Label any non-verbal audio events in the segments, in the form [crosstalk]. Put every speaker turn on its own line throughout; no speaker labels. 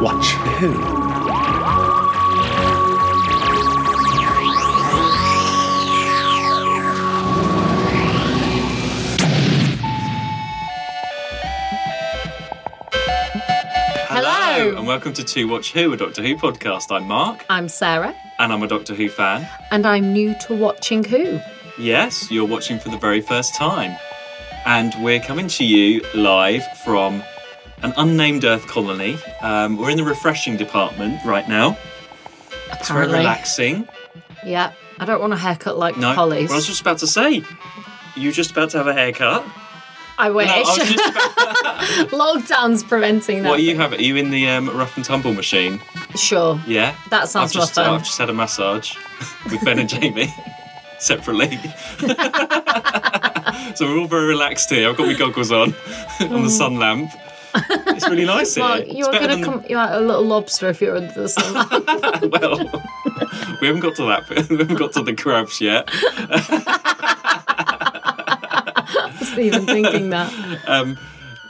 Watch who?
Hello.
and welcome to Two Watch Who, a Doctor Who podcast. I'm Mark,
I'm Sarah,
and I'm a Doctor Who fan.
and I'm new to watching Who.
Yes, you're watching for the very first time, and we're coming to you live from an unnamed Earth colony. Um, we're in the refreshing department right now. It's very
Apparently.
relaxing.
Yeah, I don't want a haircut like
No,
Polly's.
well, I was just about to say, you're just about to have a haircut.
I wish.
No, I was just about-
[laughs] Lockdown's preventing that.
what are you have? Are you in the um, rough and tumble machine?
Sure.
Yeah,
That sounds
I've just,
more fun.
I've just had a massage with Ben and Jamie [laughs]
[laughs]
separately. so we're all very relaxed here. I've got my goggles on [laughs] on the sun lamp. It's really nice here.
Mark,
It's
you're
better
going to
than-
come. You're like a little lobster if you're under the sun.
[laughs] well, we haven't got to that. [laughs] bit. We haven't got to the crabs yet.
I wasn't even thinking that.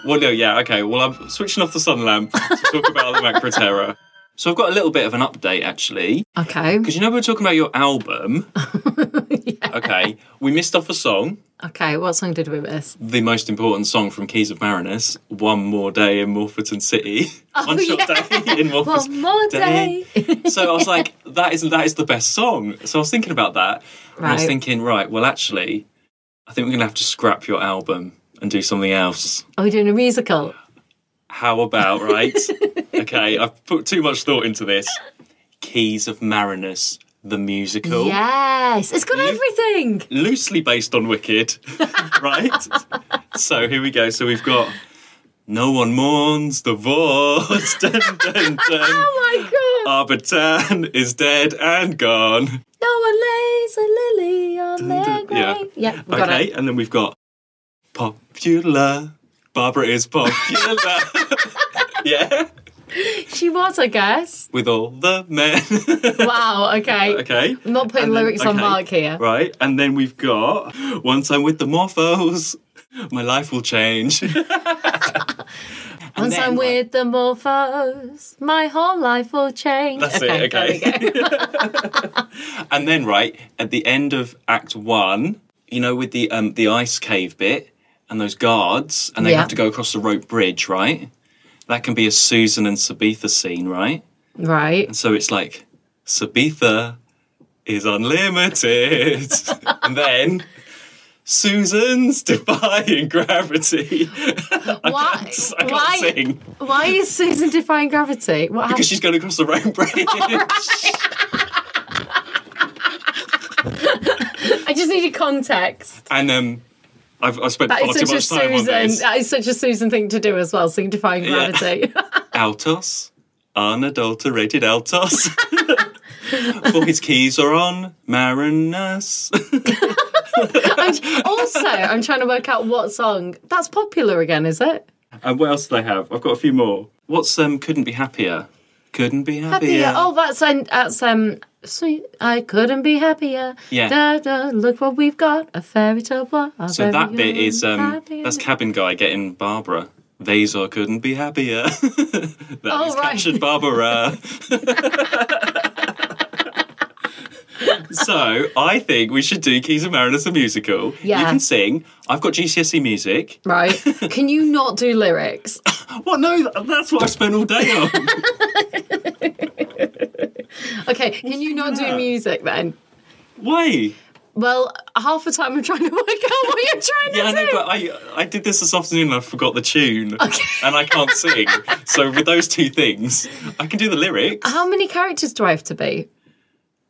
Well, no, yeah, okay. Well, I'm switching off the sun lamp to talk about the Macro Terror. So I've got a little bit of an update actually. [laughs]
Okay.
Because you know we were talking about your
[laughs]
album. Okay, we missed off a song.
Okay. What song did we miss?
the most important song from Keys of Marinus, One More Day in Morpherton
[laughs]
City. One short day in Morpherton
Oh, One more day. [laughs]
so I was like, that is that is the best song. So I was thinking about that. And I was
Right.
thinking, right, well actually, I think we're gonna have to scrap your album and do something else.
Are we doing a musical?
How about,
[laughs]
right? okay, I've put too much thought into this. Keys of Marinus, the musical.
Yes. It's got everything.
loosely based on Wicked, [laughs] right? so here we go. So we've got No One Mourns the Voice. [laughs] dun, dun, dun. [laughs]
Oh my god.
Uh, Arbitan is dead and gone.
No one lays a lily on their
dun, yeah.
grave. Yeah, we got
Okay,
it.
and then we've got Popular. Barbara is popular. [laughs] yeah,
She was, I guess.
with all the men. [laughs]
Wow, okay.
okay.
I'm not putting
And then-
lyrics on
okay,
Mark here.
Right, and then we've got Once I'm with the Morphos, my life will change.
Once I'm with the morphos, my whole life will change.
That's
okay,
it, okay.
There we go. [laughs]
And then, right at the end of Act One, you know, with the um, the ice cave bit and those guards, and they
Yeah.
have to go across the rope bridge, right? That can be a Susan and Sabitha scene, right?
right.
So it's like Sabitha is unlimited, [laughs] and then Susan's [laughs] defying gravity. [laughs] I
[laughs]
[laughs]
Why-
can't, I can't
why-
sing
Why is Susan defying gravity? What
because
happened?
she's going across the
[laughs]
rope bridge.
I just needed context.
And um, I've, I've spent
That
far
is
too
such a
much time on
Susan.
this.
That is such a Susan thing to do as well, sing defying
Yeah. [laughs]
gravity. [laughs]
Altos, unadulterated
[laughs]
Altos. For his keys are on Marinus.
I'm- also, I'm trying to work out what song. That's popular again, is it?
and what else do they have? I've got a few more. What's um? Couldn't be happier. Couldn't be happier.
happier. Oh, that's um, that's um. Sweet, I couldn't be happier.
Yeah.
Da, da, look what we've got. A fairy tale world. our
so that
very
bit is
own
um.
happy- [laughs]
That's cabin guy getting Barbara. Vazor couldn't be happier. [laughs] that
Oh,
he's
right.
captured Barbara.
[laughs]
so I think we should do Keys of Marinus a musical. You
Yeah.
can sing. I've got GCSE E music. [laughs]
right. Can you not do lyrics?
What? No, th- that's what I spent all day on. [laughs]
Okay. Can you not
[laughs]
do music then?
Why?
Well, half the time I'm trying to work out what you're trying
Yeah, I
to
know,
do.
but I I did this this afternoon and I forgot the tune, and I can't sing. So with those two things, I can do the lyrics.
How many characters do I have to be?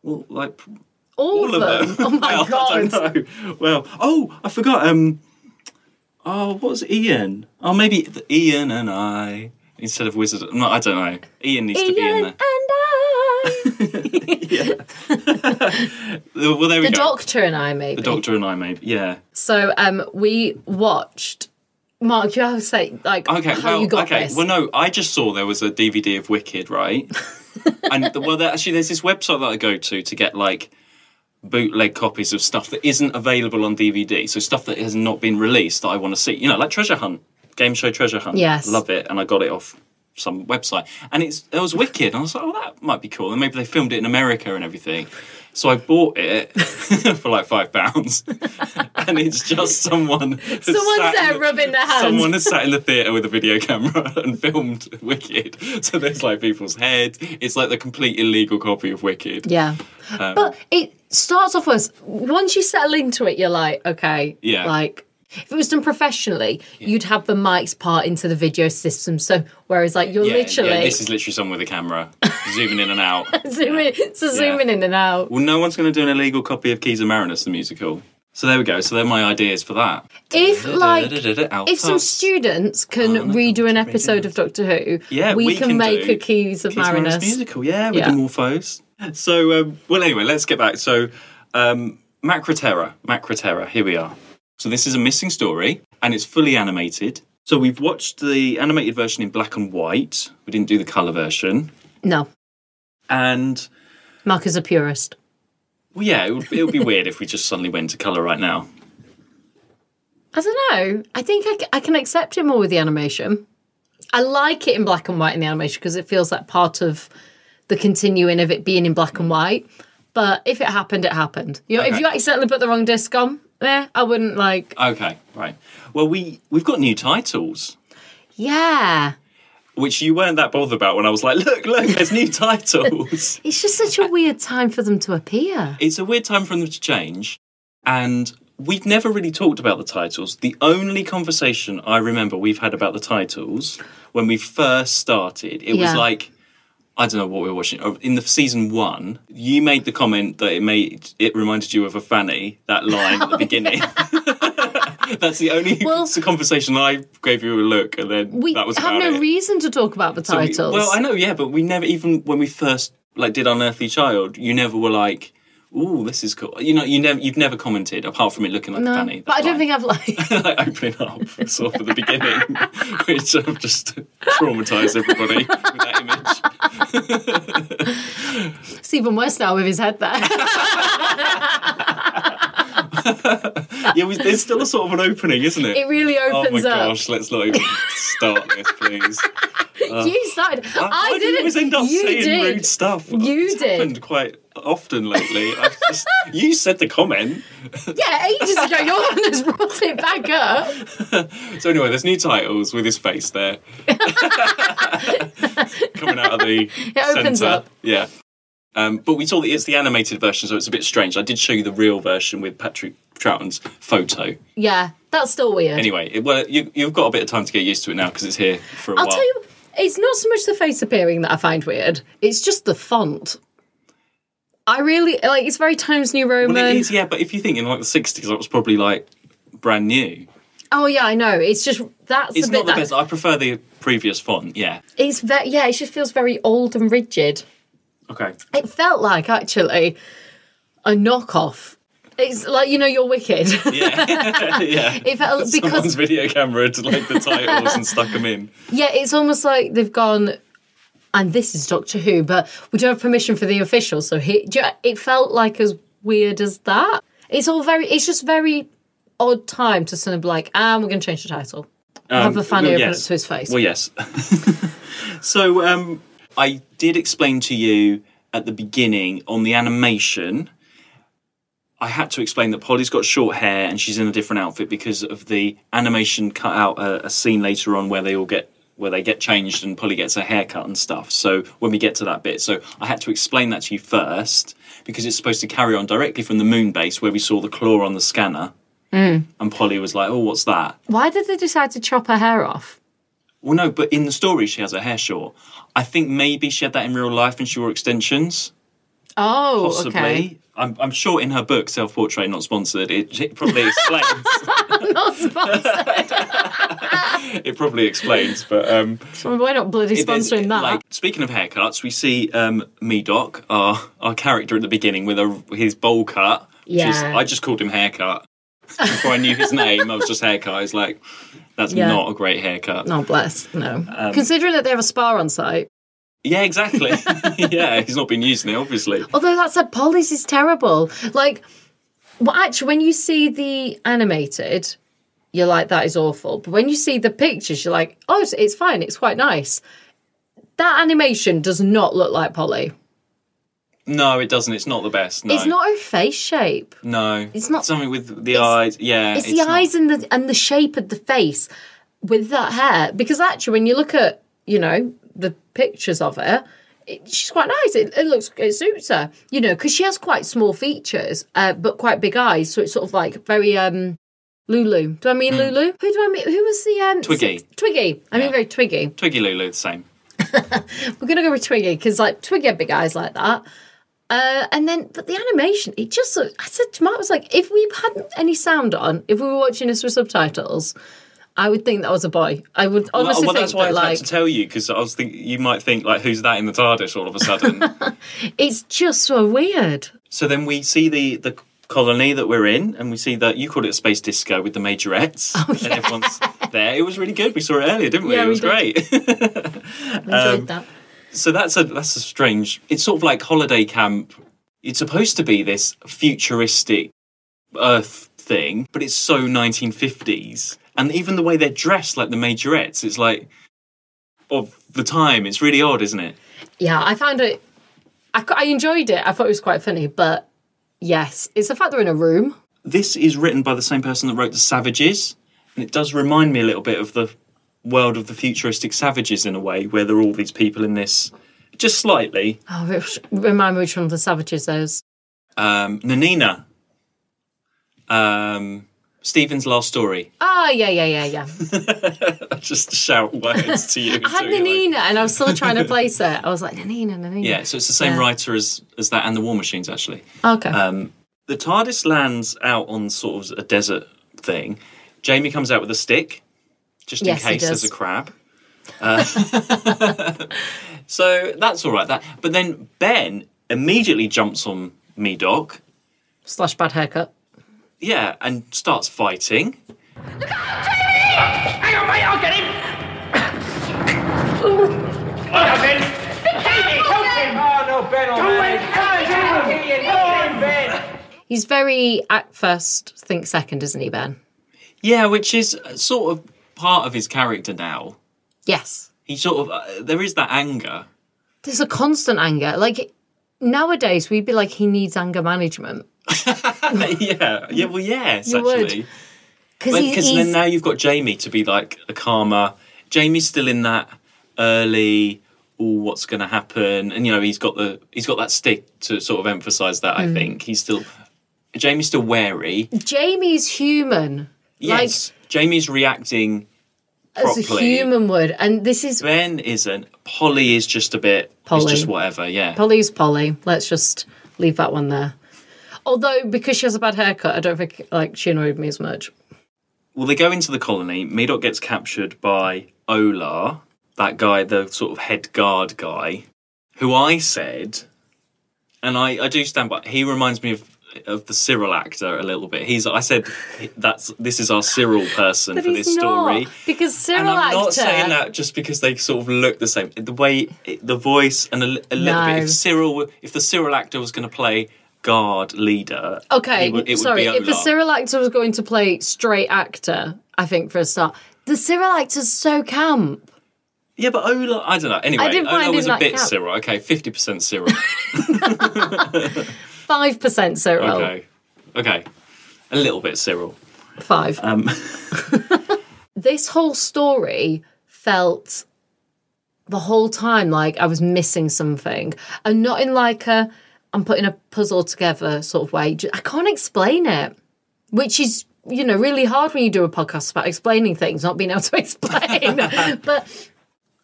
Well, like p-
All,
all of them.
Oh my
Well,
god.
[laughs] I don't know. Well, oh, I forgot. Um, oh, what was Ian? Oh, maybe the Ian and I instead of Wizard. No, I don't know. Ian needs to be in
Ian
there.
and I.
Well, [laughs] there we
The
go.
doctor and I, maybe.
the Doctor and I, maybe. Yeah.
So um, we watched. Mark, you have to say like
Okay,
how
well,
you got
okay.
this.
Well, no, I just saw there was a DVD of Wicked,
[laughs]
right? and well, there, actually, there's this website that I go to to get like bootleg copies of stuff that isn't available on DVD, so stuff that has not been released that I want to see. You know, like Treasure Hunt, game show Treasure Hunt.
Yes.
love it, and I got it off some website, and it's it was wicked. And I was like, oh, that might be cool. And maybe they filmed it in America and everything. So I bought it [laughs] for like five pounds, [laughs] and
[laughs]
it's just someone. has
Someone's
sat in
there
the-
rubbing their hands.
Someone has sat in the theatre with a video camera [laughs] and filmed Wicked. So there's like people's heads. It's like the complete illegal copy of Wicked.
Yeah.
Um,
but it starts off as once you settle into it, you're like, okay,
Yeah.
Like if it was done professionally, you'd have the mics part into the video system. So whereas like you're
Yeah,
literally
yeah, this is literally someone with a camera zooming in and out.
[laughs] zooming, so zooming in and out.
Well, no one's going to do an illegal copy of Keys and Marinus the musical. So there we go. So they're my ideas for that.
If like if some
students
students
Oh,
can redo an episode of Doctor Who,
Yeah,
we,
we
can,
can
make
do
a Keys of Marinus.
musical, yeah, with
Yeah.
the Morphos. So um, well, anyway, let's get back. So um, Macroterra, Macroterra, here we are. So this is a missing story, and it's fully animated. So we've watched the animated version in black and white. We didn't do the color version,
No,
and
Mark is a purist.
well, yeah, it would, it would be weird if we just suddenly went to color right now.
I don't know. I think I, c- I can accept it more with the animation. I like it in black and white in the animation because it feels like part of the continuing of it being in black and white. But if it happened, it happened. You know, if
Okay.
you accidentally put the wrong disc on, eh, I wouldn't like.
Okay, right. Well, we we've got new titles.
Yeah,
which you weren't that bothered about when I was like, look, look, there's new [laughs] titles.
it's just such
Uh,
a weird time for them to appear.
it's a weird time for them to change. And we've never really talked about the titles. The only conversation I remember we've had about the titles when we first started, it
Yeah.
was like, I don't know what we were watching. Oh, In the season one, you made the comment that it made it reminded you of a fanny. That line at the
[laughs]
beginning. [laughs] That's the only
Well-
it's a conversation I gave you a look, and then
We
that was
have
about
no
it.
reason to talk about the
So we-
titles.
well, I know, yeah, but we never even when we first like did Unearthly Child, you never were like, "Ooh, this is cool." You know, you never you've never commented apart from it looking like a
No,
fanny.
Uh, but I
that
don't
line.
think I've like.
like [laughs] opening up sort of at the beginning, [laughs] which sort of just traumatise everybody with that image.
[laughs] It's even worse now with his head there.
[laughs] Yeah, we, there's still a sort of an opening, isn't it?
it really
oh my
opens up.
gosh, let's not even start this, please.
You started. [laughs] I,
Why do you
didn't.
always end up
you
saying
did.
rude stuff.
You
it's
did.
happened quite often lately. I've just, you said the comment.
Yeah, ages ago, you're the one that's brought it back up.
So anyway, there's new titles with his
[laughs]
face there coming out of the
It opens
center.
up.
Yeah, um, but we saw that it's the animated version, so it's a bit strange. I did show you the real version with Patrick Troughton's photo.
Yeah, that's still weird.
Anyway, it, well, you, you've got a bit of time to get used to it now because it's here for a
I'll
while.
tell you, it's not so much the face appearing that I find weird. It's just the font. I really like. It's very Times New Roman.
well, it is, yeah, but if you think in like the '60s, that was probably like brand new.
Oh yeah, I know. It's just that's
It's
a bit
not the
that
best. I prefer the previous font. Yeah.
it's ve- yeah. It just feels very old and rigid.
Okay.
It felt like actually a knockoff. It's like you know you're wicked. [laughs]
Yeah. [laughs] yeah.
It felt because
Someone's video camera to like the titles and stuck them in.
Yeah, it's almost like they've gone, and this is Doctor Who, but we don't have permission for the official. So he, do you- it felt like as weird as that. It's all very, it's just very odd time to sort of like, and we're going to change the title. have the fanny
Um, well,
open
yes.
up to his face.
Well, yes. [laughs] so um, I did explain to you at the beginning on the animation. I had to explain that Polly's got short hair and she's in a different outfit because of the animation cut out a, a scene later on where they all get where they get changed and Polly gets a haircut and stuff. So when we get to that bit, so I had to explain that to you first because it's supposed to carry on directly from the moon base where we saw the claw on the scanner. And Polly was like, "Oh, what's that?"
Why did they decide to chop her hair off?
Well, no, but in the story, she has her hair short. I think maybe she had that in real life and she wore extensions.
Oh,
Possibly.
okay. [laughs]
I'm, I'm sure in her book, Self Portrait Not Sponsored, it, it
[laughs]
probably explains.
Not sponsored.
it probably explains, but. Um,
We're not bloody
there's-
sponsoring that.
Like, speaking of haircuts, we see um, Medoc, our, our character at the beginning, with a, his bowl cut. Which is,
Yeah.
I just called him Haircut. Before I knew his name, I was just Haircut. I was like, that's
Yeah.
not a great haircut.
no, Oh, bless. No.
Um,
Considering that they have a spa on site.
Yeah, exactly. [laughs] yeah, he's not been using it, obviously.
Although that said, Polly's is terrible. Like, well, actually, when you see the animated, you're like, that is awful. But when you see the pictures, you're like, oh, it's, it's fine. It's quite nice. That animation does not look like Polly.
No, it doesn't. It's not the best. No.
It's not her face shape.
No.
It's not-
Something with the eyes. Yeah.
It's, the
not-
eyes and the and the shape of the face with that hair. Because actually, when you look at you know the pictures of her, it, she's quite nice. It, it looks it suits her. You know, because she has quite small features, uh, but quite big eyes. So it's sort of like very um Lulu. Do I mean Lulu? Who do I mean? Who was the um
Hmm. Twiggy.
Twiggy. I mean
Yeah.
very Twiggy.
Twiggy Lulu, the same.
We're gonna go with Twiggy because like Twiggy had big eyes like that. Uh, and then, but the animation, it just looked. I said to Matt, I was like, if we hadn't any sound on, if we were watching this with subtitles, I would think that was a boy. I would honestly
well,
think
that's why I
that,
was meant
like,
to tell you because I was think you might think like, who's that in the TARDIS all of a sudden?
[laughs] it's just so weird.
so then we see the the colony that we're in, and we see that you called it a space disco with the majorettes, and everyone's there. It was really good. We saw it earlier, didn't we?
Oh, Yeah,
it
we
was
did.
great.
I
Um,
enjoyed that.
So that's a that's a strange. It's sort of like holiday camp. It's supposed to be this futuristic Earth thing, but it's so 1950s. And even the way they're dressed, like the majorettes, it's like of the time. It's really odd, isn't it?
Yeah, I found it. I, cu- I enjoyed it. I thought it was quite funny, but yes, it's the fact they're in a room.
This is written by the same person that wrote the Savages, and it does remind me a little bit of the world of the futuristic Savages in a way, where there are all these people in this. Just slightly,
Oh, which, remind me which one of the savages those.
um, Nanina, um, Stephen's last story. [laughs]
Oh, yeah, yeah, yeah, yeah.
just shout words to you.
[laughs] I had
until you're like-
Nanina, and I was still trying to place her. I was like, Nanina, Nanina.
Yeah, so it's the same
Yeah.
writer as as that and the War Machines actually.
Okay.
Um, the TARDIS lands out on sort of a desert thing. Jamie comes out with a stick, just
Yes,
in
he
case
does.
there's a crab. Uh, [laughs] so that's all right. That, but then Ben immediately jumps on Medoc,
Slash bad haircut.
yeah, and starts fighting.
Hang on, mate, I'll get him. Look out, Ben. Jamie, help him.
Oh, no, Ben, all
Do
right.
it. Help him.
Help him, Ben.
He's very act first, think second, isn't he, Ben?
Yeah, which is uh, sort of part of his character now.
Yes.
He sort of uh, there is that anger. [laughs]
There's a constant anger. Like nowadays, we'd be like, he needs anger management
yeah, yeah, well, yes,
You would.
actually.
because he,
Because
he's
then now you've got Jamie to be like a calmer. Jamie's still in that early. Oh, what's going to happen? And you know, he's got the he's got that stick to sort of emphasise that.
Mm.
I think he's still Jamie's still wary.
Jamie's human.
Yes, Jamie's reacting.
Like, as a
properly.
human would, and this is
Ben isn't. Polly is just a bit. Polly.
Polly.
It's just whatever. Yeah.
Polly's Polly. Let's just leave that one there. Although because she has a bad haircut, I don't think like she annoyed me as much.
Well, they go into the colony. Medoc gets captured by Olar, that guy, the sort of head guard guy, who I said, and I, I do stand by. He reminds me of of the Cyril actor a little bit. He's I said that's this is our Cyril person
But
for
he's
this story.
not because Cyril
And I'm not
actor.
saying that just because they sort of look the same. The way, it- the voice, and a, li- a little
No.
bit. If Cyril, were- if the Cyril actor was going to play guard leader,
Okay,
he would- it would
sorry.
be
If a
Olar.
Cyril actor was going to play straight actor, I think for a start, the Cyril actor's so camp.
Yeah, but Ola, I don't know. Anyway,
didn't
Ola
find him
was a
that
bit
camp.
Cyril. Okay, fifty percent Cyril.
[laughs] Five percent Cyril.
Okay, okay, a little bit Cyril.
Five.
Um,
This whole story felt the whole time like I was missing something, and not in like a I'm putting a puzzle together sort of way. Ju- I can't explain it, which is you know really hard when you do a podcast about explaining things, not being able to [laughs] explain. but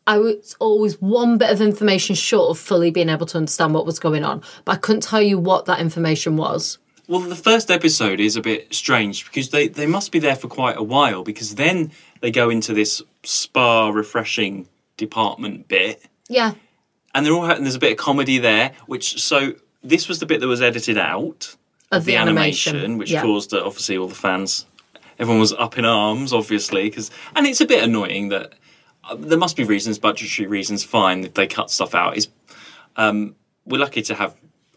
I was always one bit of information short of fully being able to understand what was going on, but I couldn't tell you what that information was.
[laughs] well, the first episode is a bit strange because they they must be there for quite a while because then they go into this spa refreshing department bit,
Yeah,
and they're all and there's a bit of comedy there, which so this was the bit that was edited out.
of,
the animation, which
yeah.
caused uh, obviously all the fans, everyone was up in arms, obviously, because and it's a bit annoying that uh, there must be reasons, budgetary reasons. Fine, if they cut stuff out, is um, we're lucky to have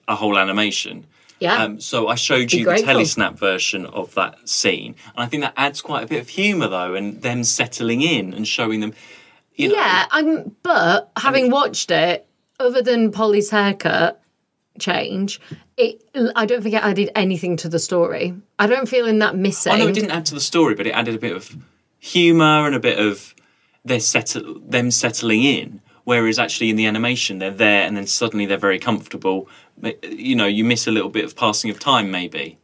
a whole animation.
Yeah.
Um, so I showed you
grateful.
the Telesnap version of that scene, and I think that adds quite a bit of humour though, and them settling in and showing them. You know,
Yeah, I'm. But having watched it, other than Polly's haircut change, it I don't think it added anything to the story. I don't feel in that missing.
I know Oh, it didn't add to the story, but it added a bit of humour and a bit of their settle, them settling in. Whereas actually in the animation, they're there and then suddenly they're very comfortable. But, You know, you miss a little bit of passing of time, maybe.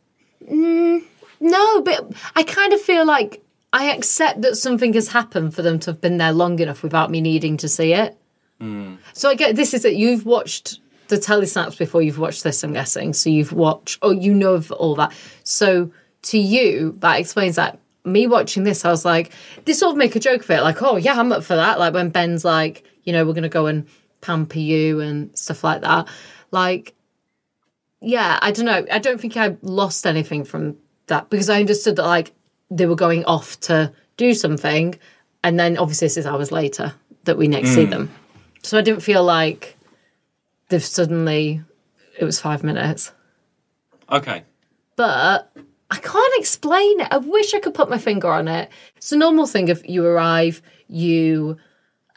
No, but I kind of feel like I accept that something has happened for them to have been there long enough without me needing to see it. So I get this is that you've watched the telesnaps before you've watched this, I'm guessing. So you've watched, or you know of all that. So to you, that explains that. Me watching this, I was like, this sort of make a joke of it, like, oh yeah, I'm up for that. Like when Ben's like, you know, we're gonna go and pamper you and stuff like that. Like, yeah, I don't know. I don't think I lost anything from that because I understood that like they were going off to do something, and then obviously this is hours later that we next see them. So I didn't feel like they've suddenly it was five minutes.
Okay. [laughs]
But I can't explain it. I wish I could put my finger on it. It's a normal thing if you arrive, you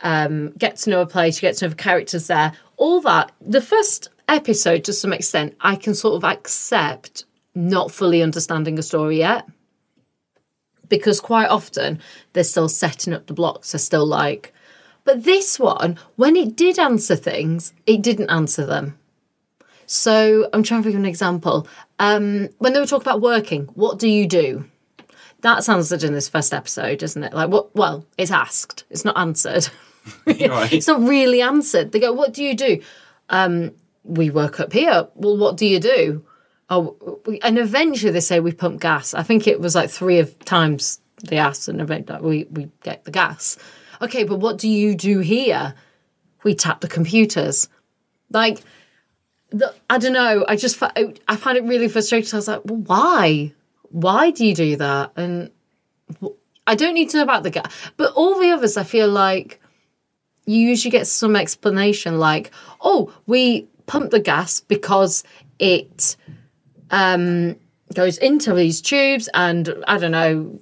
um, get to know a place, you get to know the characters there, all that. The first episode, to some extent, I can sort of accept not fully understanding a story yet. Because quite often they're still setting up the blocks, they're still like, but this one, when it did answer things, it didn't answer them. So I'm trying to think of an example. Um, when they were talking about working, what do you do? That's answered in this first episode, isn't it? Like what? Well, it's asked. It's not answered. [laughs]
right.
It's not really answered. They go, "What do you do?" Um, we work up here. Well, what do you do? Oh, we, and eventually they say we pump gas. I think it was like three of times they asked, and event- like, we we get the gas. Okay, but what do you do here? We tap the computers. Like the, I don't know. I just fi- I- I found it really frustrating. I was like, well, why? Why do you do that? And wh- I don't need to know about the guy, but all the others, I feel like you usually get some explanation, like, oh, we pump the gas because it um, goes into these tubes, and I don't know,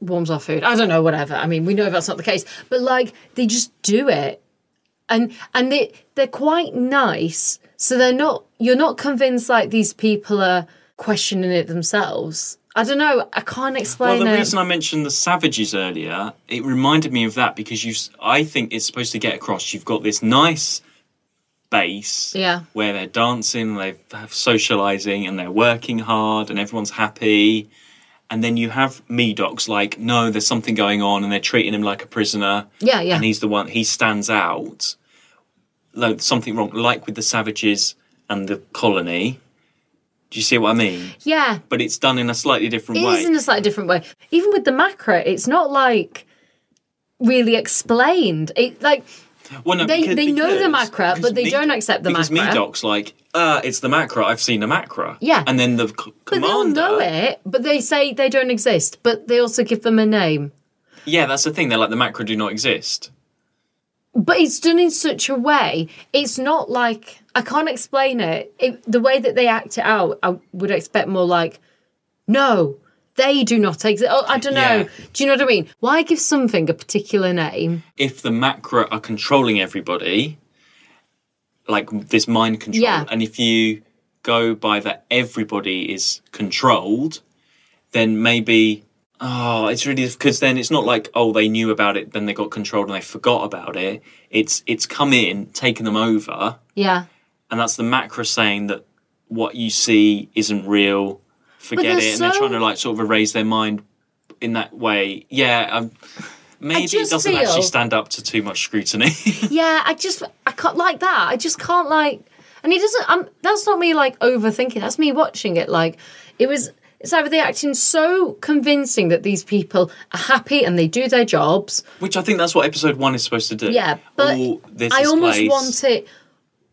warms our food. I don't know, whatever. I mean, we know that's not the case, but like they just do it and and they they're quite nice so they're not you're not convinced like these people are questioning it themselves i don't know i can't
Well,
explain
the
it
reason I mentioned the savages earlier, it reminded me of that because you, s- I think it's supposed to get across. You've got this nice base,
Yeah.
where they're dancing, they have socializing, and they're working hard, and everyone's happy. And then you have me docs like, no, there's something going on, and they're treating him like a prisoner.
Yeah, yeah.
And he's the one he stands out. Like something wrong, like with the savages and the colony. Do you see what I mean?
yeah
But it's done in a slightly different
it
way.
is in a slightly different way even with the macro it's not like really explained it like
Well, no,
They-
because-
they know the
because-
macra, but
because
they don't accept the
because
macra.
Medoc's like, uh, it's the macra. I've seen the macra.
Yeah.
and then the c-
but they all
commander.
know it but they say they don't exist but they also give them a name
Yeah, that's the thing. They're like the macra do not exist.
but it's done in such a way it's not like i can't explain it, it the way that they act it out i would expect more like no they do not exist oh i don't know
Yeah.
do you know what i mean why give something a particular name
If the macra are controlling everybody, like this mind control,
Yeah.
and if you go by that everybody is controlled, then maybe. Oh, it's really because then it's not like oh they knew about it, then they got controlled and they forgot about it. It's it's come in, taken them over,
yeah
and that's the macro saying that what you see isn't real forget
they're
it and they're
so-
trying to like sort of erase their mind in that way yeah um, maybe it
just
doesn't
feel-
actually stand up to too much scrutiny [laughs]
yeah i just i can't like that i just can't like and it doesn't i that's not me like overthinking that's me watching it like it was it's either they're acting so convincing that these people are happy and they do their jobs
which i think that's what episode one is supposed to do
Yeah, but
All this
i
is
almost
place,
want it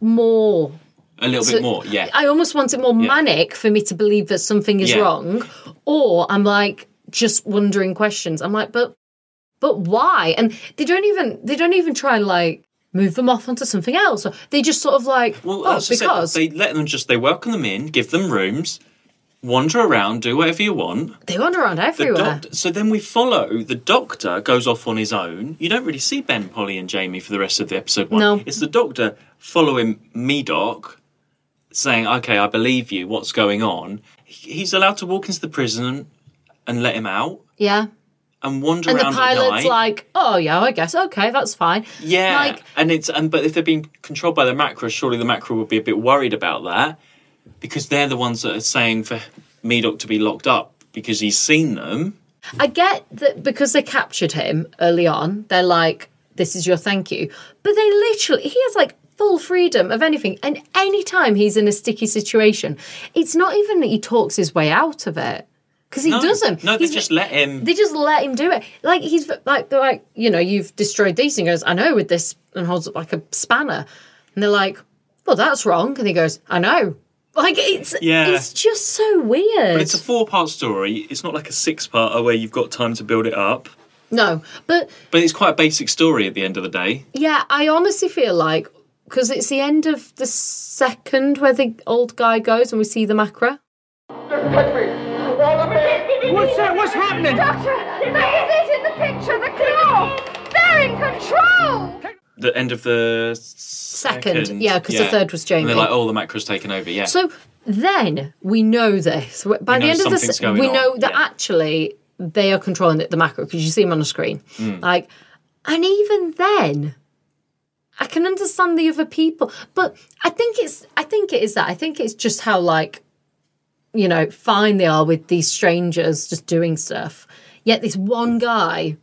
more
a little
to-
bit more yeah
I almost want it more manic for me to believe that something is
Yeah.
wrong, or I'm like just wondering questions. I'm like, but but why? And they don't even they don't even try and like move them off onto something else. They just sort of like
well
oh
that's just it.
because
they let them just they welcome them in give them rooms wander around, do whatever you want.
They wander around
The
everywhere.
doct- so then we follow the doctor goes off on his own. You don't really see Ben, Polly, and Jamie for the rest of the episode one.
No.
It's the doctor following me, Doc, saying, "Okay, I believe you. What's going on?" He- He's allowed to walk into the prison and let him out
yeah.
and wander
And the
around at
pilot's
night.
like, oh, yeah, I guess. Okay, that's fine.
yeah,
like-
and it's and but if they're being controlled by the macro, surely the macro would be a bit worried about that because they're the ones that are saying for Medoc to be locked up because he's seen them.
I get that because they captured him early on, they're like, this is your thank you. But they literally, he has like full freedom of anything. And anytime he's in a sticky situation, it's not even that he talks his way out of it. Because he
No,
doesn't.
No, they
He's-
just let him.
they just let him do it. Like he's like they're like you know you've destroyed these and he goes I know with this and holds up like a spanner and they're like well that's wrong and he goes I know like it's
Yeah.
it's just so weird.
But it's a four part story. It's not like a six part where you've got time to build it up.
no, but
But it's quite a basic story at the end of the day.
yeah, I honestly feel like because it's the end of the second where the old guy goes and we see the macra.
What's that? What's happening?
Doctor, that is it in the picture, the claw. They're in control.
The end of the second.
yeah, 'cause the third was Jamie.
And they're like, oh, the macro's taken over, yeah.
So then we know this. By
We
the
know
end of
something's
this,
going
we
on,
know that
yeah.
actually they are controlling the, the macro because you see them on the screen.
Mm.
Like, and even then, I can understand the other people, but I think it's I think it is that I think it's just how like, you know, fine they are with these strangers just doing stuff. Yet this one guy,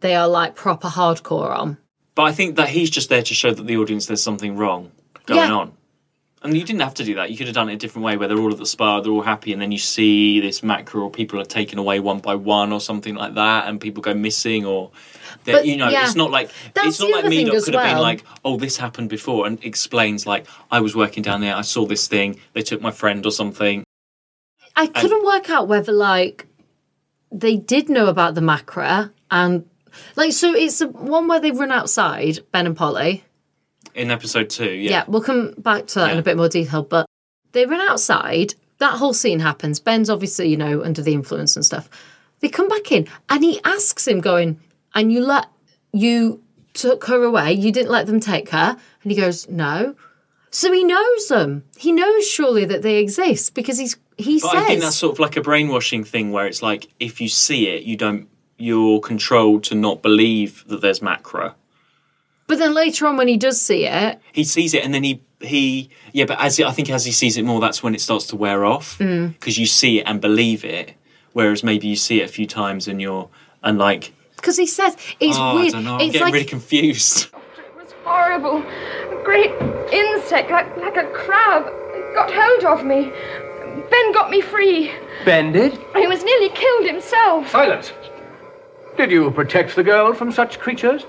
they are like proper hardcore on.
but I think that he's just there to show that the audience there's something wrong going
Yeah.
on. And you didn't have to do that. You could have done it a different way where they're all at the spa, they're all happy, and then you see this macro or people are taken away one by one or something like that, and people go missing or. they're-
But,
you know,
yeah.
it's not like
That's
it's not
the
like
other thing
Medoc
as
could have been
well.
like, oh, this happened before, and explains like I was working down there, I saw this thing, they took my friend or something.
I couldn't work out whether like they did know about the macra and like so it's the one where they run outside Ben and Polly.
In episode two,
Yeah,
yeah,
we'll come back to that in
Yeah.
a bit more detail, but they run outside. That whole scene happens. Ben's obviously you know under the influence and stuff. They come back in and he asks him, going, "And you let you took her away? You didn't let them take her?" And he goes, "No." So he knows them. He knows surely that they exist because he's he
But
says
I think that's sort of like a brainwashing thing where it's like if you see it, you don't you're controlled to not believe that there's macro.
But then later on, when he does see it,
He sees it and then he he yeah, but as he, I think as he sees it more, that's when it starts to wear off
Mm.
because you see it and believe it, whereas maybe you see it a few times and you're and like
because he says it's
oh
weird.
I don't know, I'm
it's
getting
like [laughs]
really confused. [laughs]
It was horrible. A great insect, like, like a crab, got hold of me. Ben got me free.
Bandit?
He was nearly killed himself.
Silence. Did you protect the girl from such creatures?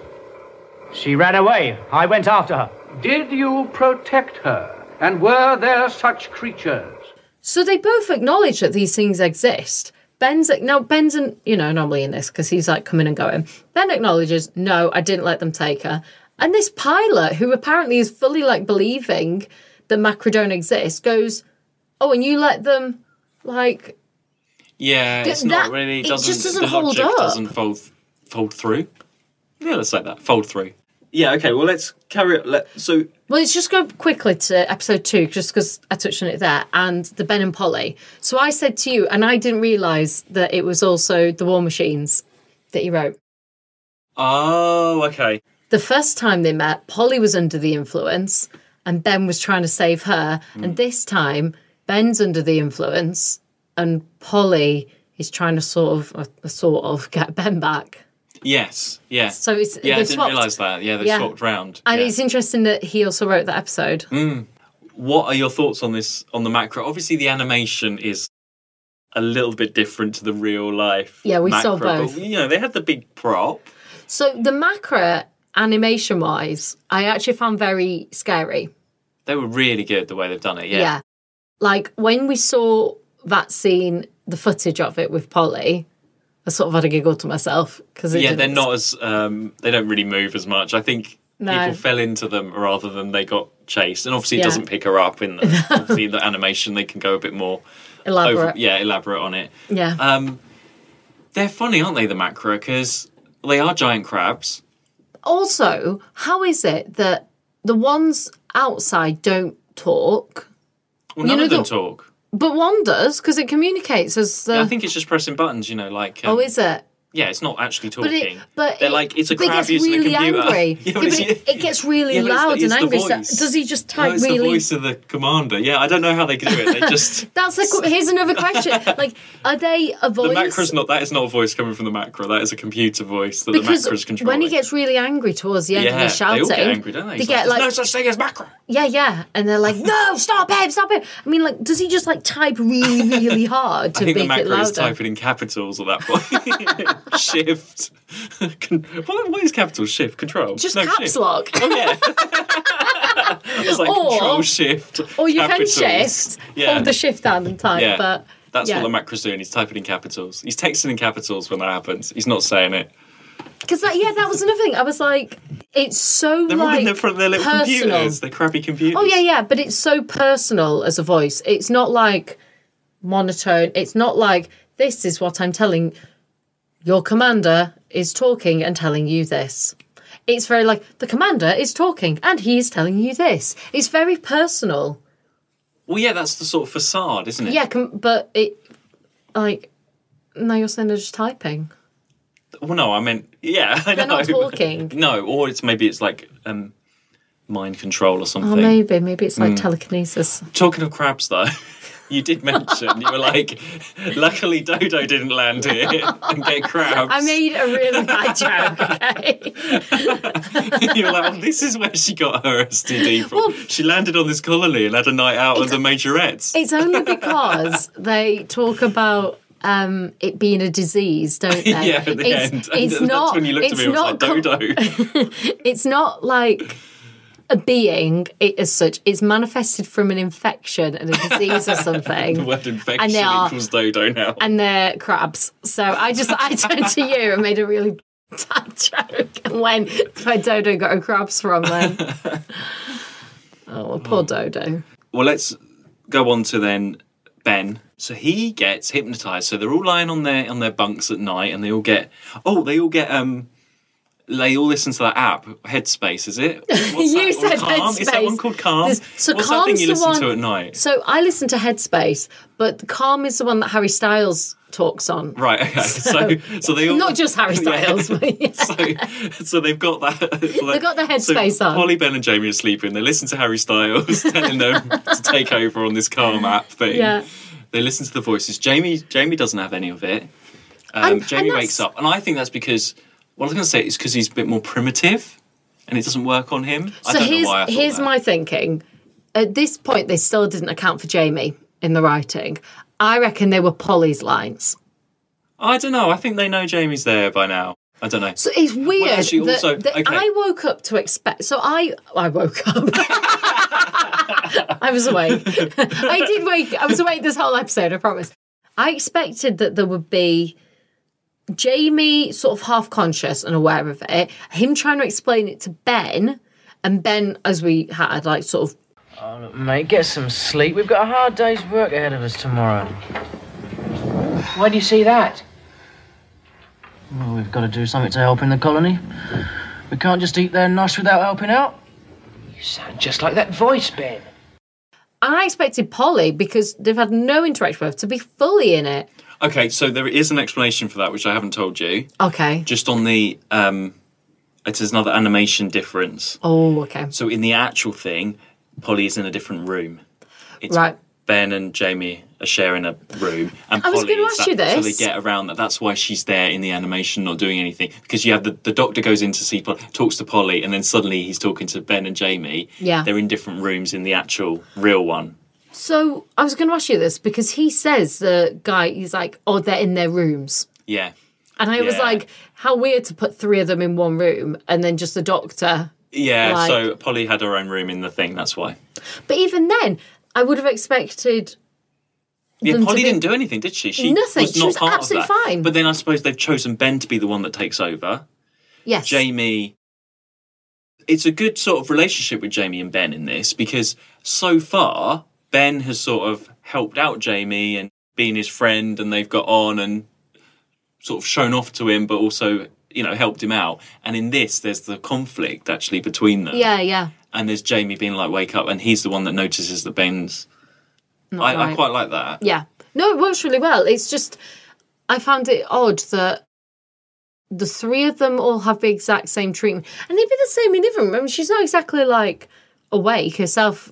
She ran away. I went after her.
Did you protect her? And were there such creatures?
so they both acknowledge that these things exist. Ben's now Ben's an, you know normally in this because he's like coming and going. Ben acknowledges, no, I didn't let them take her. And this pilot, who apparently is fully like believing that Macra don't exist, goes, oh, and you let them like
Yeah,
Th-
it's not
that-
really.
it
It
just
doesn't,
doesn't
the
hold
logic
up.
Doesn't fold fold through. Yeah, let's say that fold through. Yeah. Okay. Well, let's carry on. Let, so
Well, let's just go quickly to episode two, just because I touched on it there, and the Ben and Polly. So I said to you, and I didn't realise that it was also the War Machines that you wrote.
oh, okay.
The first time they met, Polly was under the influence, and Ben was trying to save her.
Mm.
And this time, Ben's under the influence, and Polly is trying to sort of, uh, sort of get [laughs] Ben back.
Yes. Yeah.
So it's
yeah, I
they
didn't
swapped.
realise that. Yeah, they
Yeah.
swapped round.
And
Yeah.
it's interesting that he also wrote that episode.
What are your thoughts on this on the macro? Obviously, the animation is a little bit different to the real life.
Yeah, we saw
macro,
both.
But, you know, they had the big prop.
So the macro animation wise, I actually found very scary.
They were really good the way they've done it. Yeah.
Like when we saw that scene, the footage of it with Polly, I sort of had a giggle to myself because
Yeah, they're not as um, they don't really move as much. I think
No.
people fell into them rather than they got chase, and obviously it
Yeah.
doesn't pick her up
[laughs]
in the, obviously the animation. They can go a bit more
Elaborate.
over, yeah, elaborate on it.
Yeah.
Um, they're funny, aren't they? The macro because they are giant crabs.
also, how is it that the ones outside don't talk,
Well, none
know
of them
the- Uh,
talk.
but one does because it communicates as the.
Yeah, I think it's just pressing buttons. You know, like um,
oh, is it?
yeah, it's not actually talking.
But it, but
they're
it-
like it's a
but it
crab
gets
using
really
a computer.
Angry.
[laughs] Yeah, but
Yeah,
it's-
but it, it gets really
[laughs] yeah, but it's the-
loud
it's
and
the
angry. So
voice.
does he just
No,
type
it's the
really?
voice of the commander. Yeah, I don't know how they can do it. They
[laughs]
just
That's a, qu- here's another
[laughs]
question. Like, are they a voice?
the macro's not that is not a voice coming from the macro. That is a computer voice that
because
the macro's controlling.
when he gets really angry towards the end and
yeah,
they're shouting,
they all get angry, don't they?
they
It's
get
like,
like,
There's no such thing as macro.
yeah, yeah, and they're like,
[laughs]
no, stop it, stop it. I mean, like, does he just like type really, really hard to
I think the
make it
macro is
louder?
typing in capitals at that point. [laughs] shift. Con- what, what is capital? Shift. Control.
Just
no,
caps
shift.
lock,
Oh
[laughs]
yeah. it's like
Or-
control shift.
or you
capitals.
can shift,
Yeah.
hold the shift hand and type.
Yeah.
But
That's
yeah.
what the macro's doing. He's typing in capitals. He's texting in capitals when that happens. He's not saying it.
Because that, yeah, that was another thing. I was like, it's so
They're all
like
in the front of their little
personal.
computers. They're crappy computers.
Oh yeah, yeah, but it's so personal as a voice. It's not like monotone. It's not like this is what I'm telling your commander is talking and telling you this. It's very like the commander is talking and he is telling you this. It's very personal.
Well, yeah, that's the sort of facade, isn't it?
Yeah, com- but it like now you're saying they're just typing.
Well, no, I meant yeah. [laughs] I
They're
know.
not talking.
No, or it's maybe it's like um, mind control or something.
Or maybe maybe it's like telekinesis.
Talking of crabs, though, [laughs] you did mention you were like, luckily Dodo didn't land here and get crabs.
I made a really [laughs] bad joke. Okay.
[laughs] you were like, oh, this is where she got her STD from. she landed on this colony and had a night out under majorettes.
It's only because they talk about um, it being a disease, don't they?
[laughs] [laughs] yeah, at the
it's,
end. [laughs] And
It's
that's
not.
when you looked at
it's
me. and was
not.
like, Dodo.
co- it's not like a being it, as such. It's manifested from an infection and a disease or something.
the [laughs] word infection
they are-
equals Dodo now.
and they're crabs. So I just I turned to you and made a really bad joke and went, "Where Dodo got her crabs from?"
[laughs]
Then. oh, well, poor Dodo.
Well, let's go on to then Ben. So he gets hypnotized. So they're all lying on their on their bunks at night, and they all get oh, they all get um, they all listen to that app Headspace.
[laughs]
Is it? What's
You
that? Or
said
Calm? Is that one
Headspace.
called Calm?
There's- so
What's that thing
Calm's
you
the
listen
one-
to at night?
So I listen to Headspace, but Calm is the one that Harry Styles talks on.
Right. Okay. [laughs] So so, they
[laughs]
all
Not just Harry
[laughs] Yeah.
Styles. but yeah.
[laughs] so, so they've got that. They've
got their headspace
so
on.
Polly, Ben, and Jamie are sleeping. They listen to Harry Styles [laughs] telling them to take over on this calm app thing.
Yeah.
They listen to the voices. Jamie, Jamie doesn't have any of it. Um,
And-
Jamie
and
wakes
that's-
up, and I think that's because what I was going to say is because he's a bit more primitive, and it doesn't work on him. I
So
don't
here's
know why I thought
here's
that.
my thinking. At this point, they still didn't account for Jamie in the writing. I reckon they were Polly's lines.
I don't know. I think they know Jamie's there by now. I don't know.
So it's weird.
actually,
that,
also-
that
okay.
I woke up to expect. So I I woke up. [laughs] I was awake. [laughs] I did wake. I was awake this whole episode. I promise. I expected that there would be Jamie sort of half conscious and aware of it. Him trying to explain it to Ben, and Ben, as we had, like sort of
Mate, get some sleep. We've got a hard day's work ahead of us tomorrow.
Why do you see that?
Well, we've got to do something to help in the colony. We can't just eat their nush without helping out.
You sound just like that voice, Ben.
And I expected Polly because they've had no interaction with to be fully in it.
Okay, so there is an explanation for that, which I haven't told you.
Okay.
Just on the, um, it is another animation difference.
Oh, okay.
So in the actual thing, Polly is in a different room. It's
Right.
Ben and Jamie are sharing a room, and
I was
Polly
gonna
is
ask
that-
you
So they
this.
get around that. That's why she's there in the animation, not doing anything. Because you have the, the doctor goes in to see Polly, talks to Polly, and then suddenly he's talking to Ben and Jamie.
Yeah.
they're in different rooms in the actual real one.
So I was going to ask you this because he says the guy, he's like, oh, they're in their rooms.
Yeah,
And I was
Yeah.
like, how weird to put three of them in one room and then just the doctor.
yeah.
Like-
So Polly had her own room in the thing. That's why.
But even then, I would have expected.
Yeah,
them to
Polly
be-
didn't do anything, did she? She
Nothing.
Was
She
not
was
part
absolutely
of that.
fine.
But then I suppose they've chosen Ben to be the one that takes over.
Yes.
Jamie it's a good sort of relationship with Jamie and Ben in this because so far Ben has sort of helped out Jamie and been his friend, and they've got on and sort of shown off to him, but also you know helped him out. And in this, there's the conflict actually between them.
Yeah, yeah.
And there's Jamie being like, "Wake up!" and he's the one that notices that Ben's. I, I
right.
quite like that.
Yeah. No, it works really well. It's just I found it odd that the three of them all have the exact same treatment. And they'd be the same in every room. I mean, she's not exactly like awake herself.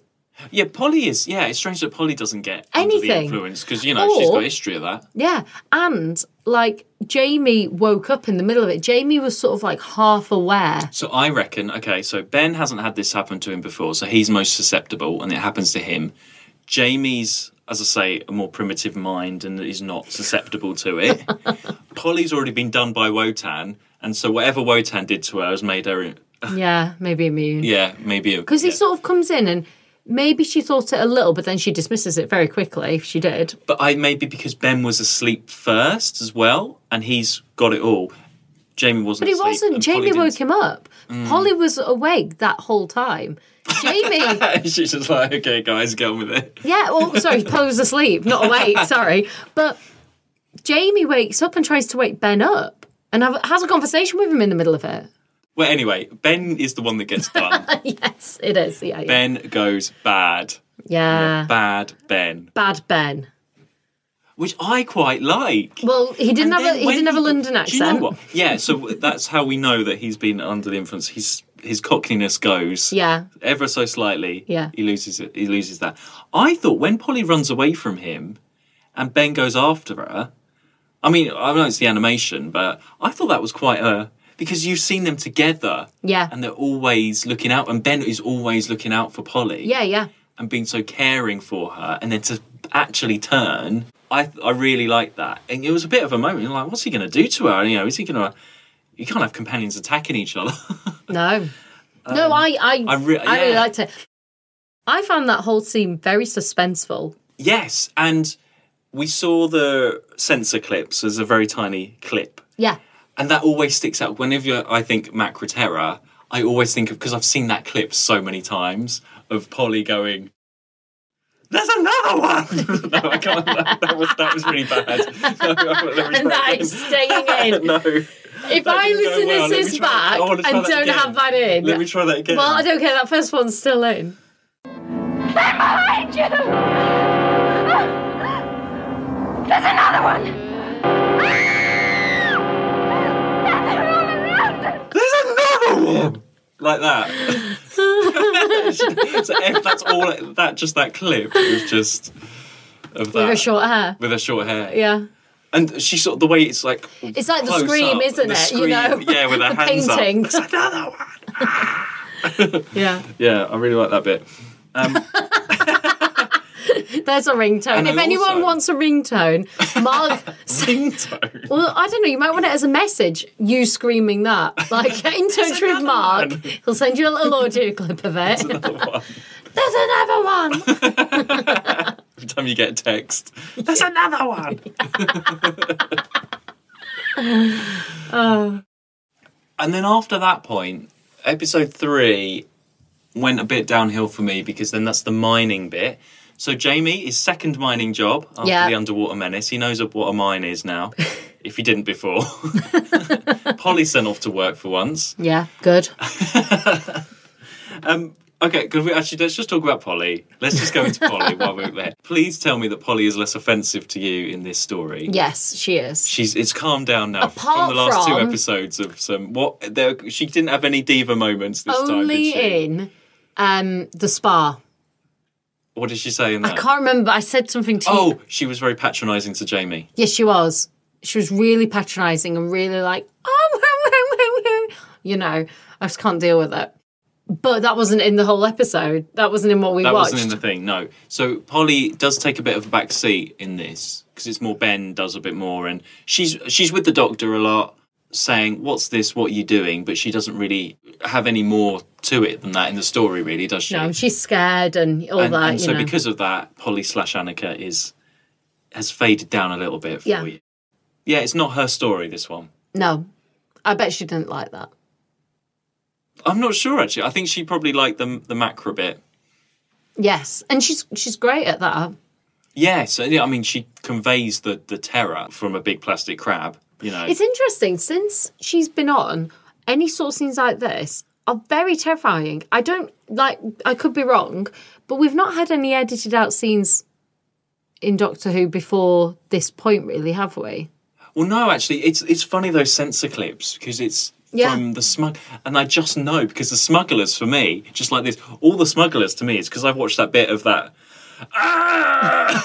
Yeah, Polly is. Yeah, it's strange that Polly doesn't get under the
Anything.
influence because you know she's
Or-
got a history of that.
Yeah. And like Jamie woke up in the middle of it. Jamie was sort of like half
[laughs]
aware.
So I reckon, okay, so Ben hasn't had this happen to him before, so he's most susceptible and it happens to him. Jamie's, as I say, a more primitive mind and is not susceptible
[laughs]
to it. Polly's already been done by Wotan, and so whatever Wotan did to her has made her,
Yeah, maybe immune.
yeah, maybe. a-
Because he
yeah.
sort of comes in and maybe she thought it a little, but then she dismisses it very quickly if she did.
But I maybe because Ben was asleep first as well, and he's got it all. Jamie wasn't
But he
asleep,
wasn't.
and Polly
Jamie
didn't. Mm.
woke him up. Polly was awake that whole time. Jamie [laughs]
[laughs] She's just like, okay, guys, get on with it.
Yeah, well, sorry, Polly was asleep, not
[laughs]
awake, sorry. But Jamie wakes up and tries to wake Ben up and have, has a conversation with him in the middle of it. [laughs]
Well, anyway, Ben is the one that gets done.
Yes, it is. Yeah, yeah.
Ben goes bad.
yeah.
Bad Ben.
Bad Ben.
Which I quite like.
Well, he didn't
And
have a,
then
he
when
didn't have a London
Do you know
accent.
what? Yeah, so that's how we know that he's been under the influence. His his cockiness goes
Yeah,
ever so slightly.
Yeah.
He loses it he loses that. I thought when Polly runs away from him and Ben goes after her, I mean, I know it's the animation, but I thought that was quite a because you've seen them together
yeah,
and they're always looking out and Ben is always looking out for Polly
yeah, yeah.
and being so caring for her, and then to actually turn, I I really like that. And it was a bit of a moment, like, what's he going to do to her? You know, is he going to? You can't have companions attacking each other. [laughs]
No, no, I, I,
Um, I
I,
re-
really
yeah.
liked it. I found that whole scene very suspenseful.
yes, and we saw the sensor clips as a very tiny clip,
Yeah,
and that always sticks out. Whenever I think Macra Terra, I always think of because I've seen that clip so many times of Polly going. There's another one. [laughs] no, I can't. That, that was that was really bad. [laughs] No, let me
[laughs] and
try
that
again.
is
[laughs]
staying in.
no.
If I
didn't go
listen
well. Let
this
me
is
try-
back
I wanna
and
try
don't
that again.
have that in,
Let me try that again.
Well, I don't care. That first one's still in.
They're behind you! There's another one! They're all around us!
There's another one
[laughs]
like that. [laughs] so if that's all that just that clip was just of that
With her short hair.
with her short hair.
Yeah.
And she sort of the way it's like
It's like the
close
scream,
up,
isn't
the
it?
Scream,
you know?
Yeah, [laughs] with her
the
hands
painting.
up. There's another one.
[laughs] Yeah.
Yeah, I really like that [laughs] bit.
There's a ringtone.
And
if
then
anyone
also-
wants a ringtone, Mark
[laughs] Ringtone.
Well, I don't know, you might want it as a message, you screaming
[laughs]
that. Like get in touch with
another
Mark.
one.
He'll send you a little
[laughs]
audio clip of it.
Another one.
There's another one.
Every time you get a text,
There's another one.
Oh.
[laughs] and then after that point, episode three went a bit downhill for me because then that's the mining bit. So Jamie, his second mining job after
Yeah.
the underwater menace, he knows what a mine is [laughs] now. if he didn't before, [laughs] Polly sent off to work for once.
Yeah, good.
Okay, could we actually let's just talk about Polly. Let's just go into Polly while we're there. Please tell me that Polly is less offensive to you in this story.
Yes, she is.
She's it's calmed down now
Apart
from the last two
from-
episodes of some what there she didn't have any diva moments this time, did
Only
she?
in um the spa.
What did she say in that?
I can't remember. I said something to you.
Oh, she was very patronising to Jamie.
Yes, she was. She was really patronising and really like, oh, you know, I just can't deal with it. But that wasn't in the whole episode. That wasn't in what we
That
watched.
wasn't in the thing, no. So Polly does take a bit of a back seat in this because it's more Ben does a bit more, and she's she's with the doctor a lot, saying what's this, what are you doing, but she doesn't really have any more to it than that in the story, really, does she?
no, she's scared and all
and,
that.
and
you
so
know.
because of that, Polly slash Annika is has faded down a little bit for
Yeah.
you. Yeah, it's not her story. This one.
no, I bet she didn't like that.
I I'm not sure actually. I think she probably liked the the macro bit.
Yes, and she's she's great at that.
Yeah, so yeah, I mean, she conveys the the terror from a big plastic crab. You know,
It's interesting since she's been on. Any sort of scenes like this are very terrifying. I don't like. I could be wrong, but we've not had any edited out scenes in Doctor Who before this point, really, have we?
Well, no, actually, it's it's funny those censor clips because it's
Yeah.
from the smug, and I just know because the smugglers for me, just like this, all the smugglers to me is because I've watched that bit of that. "Ah!"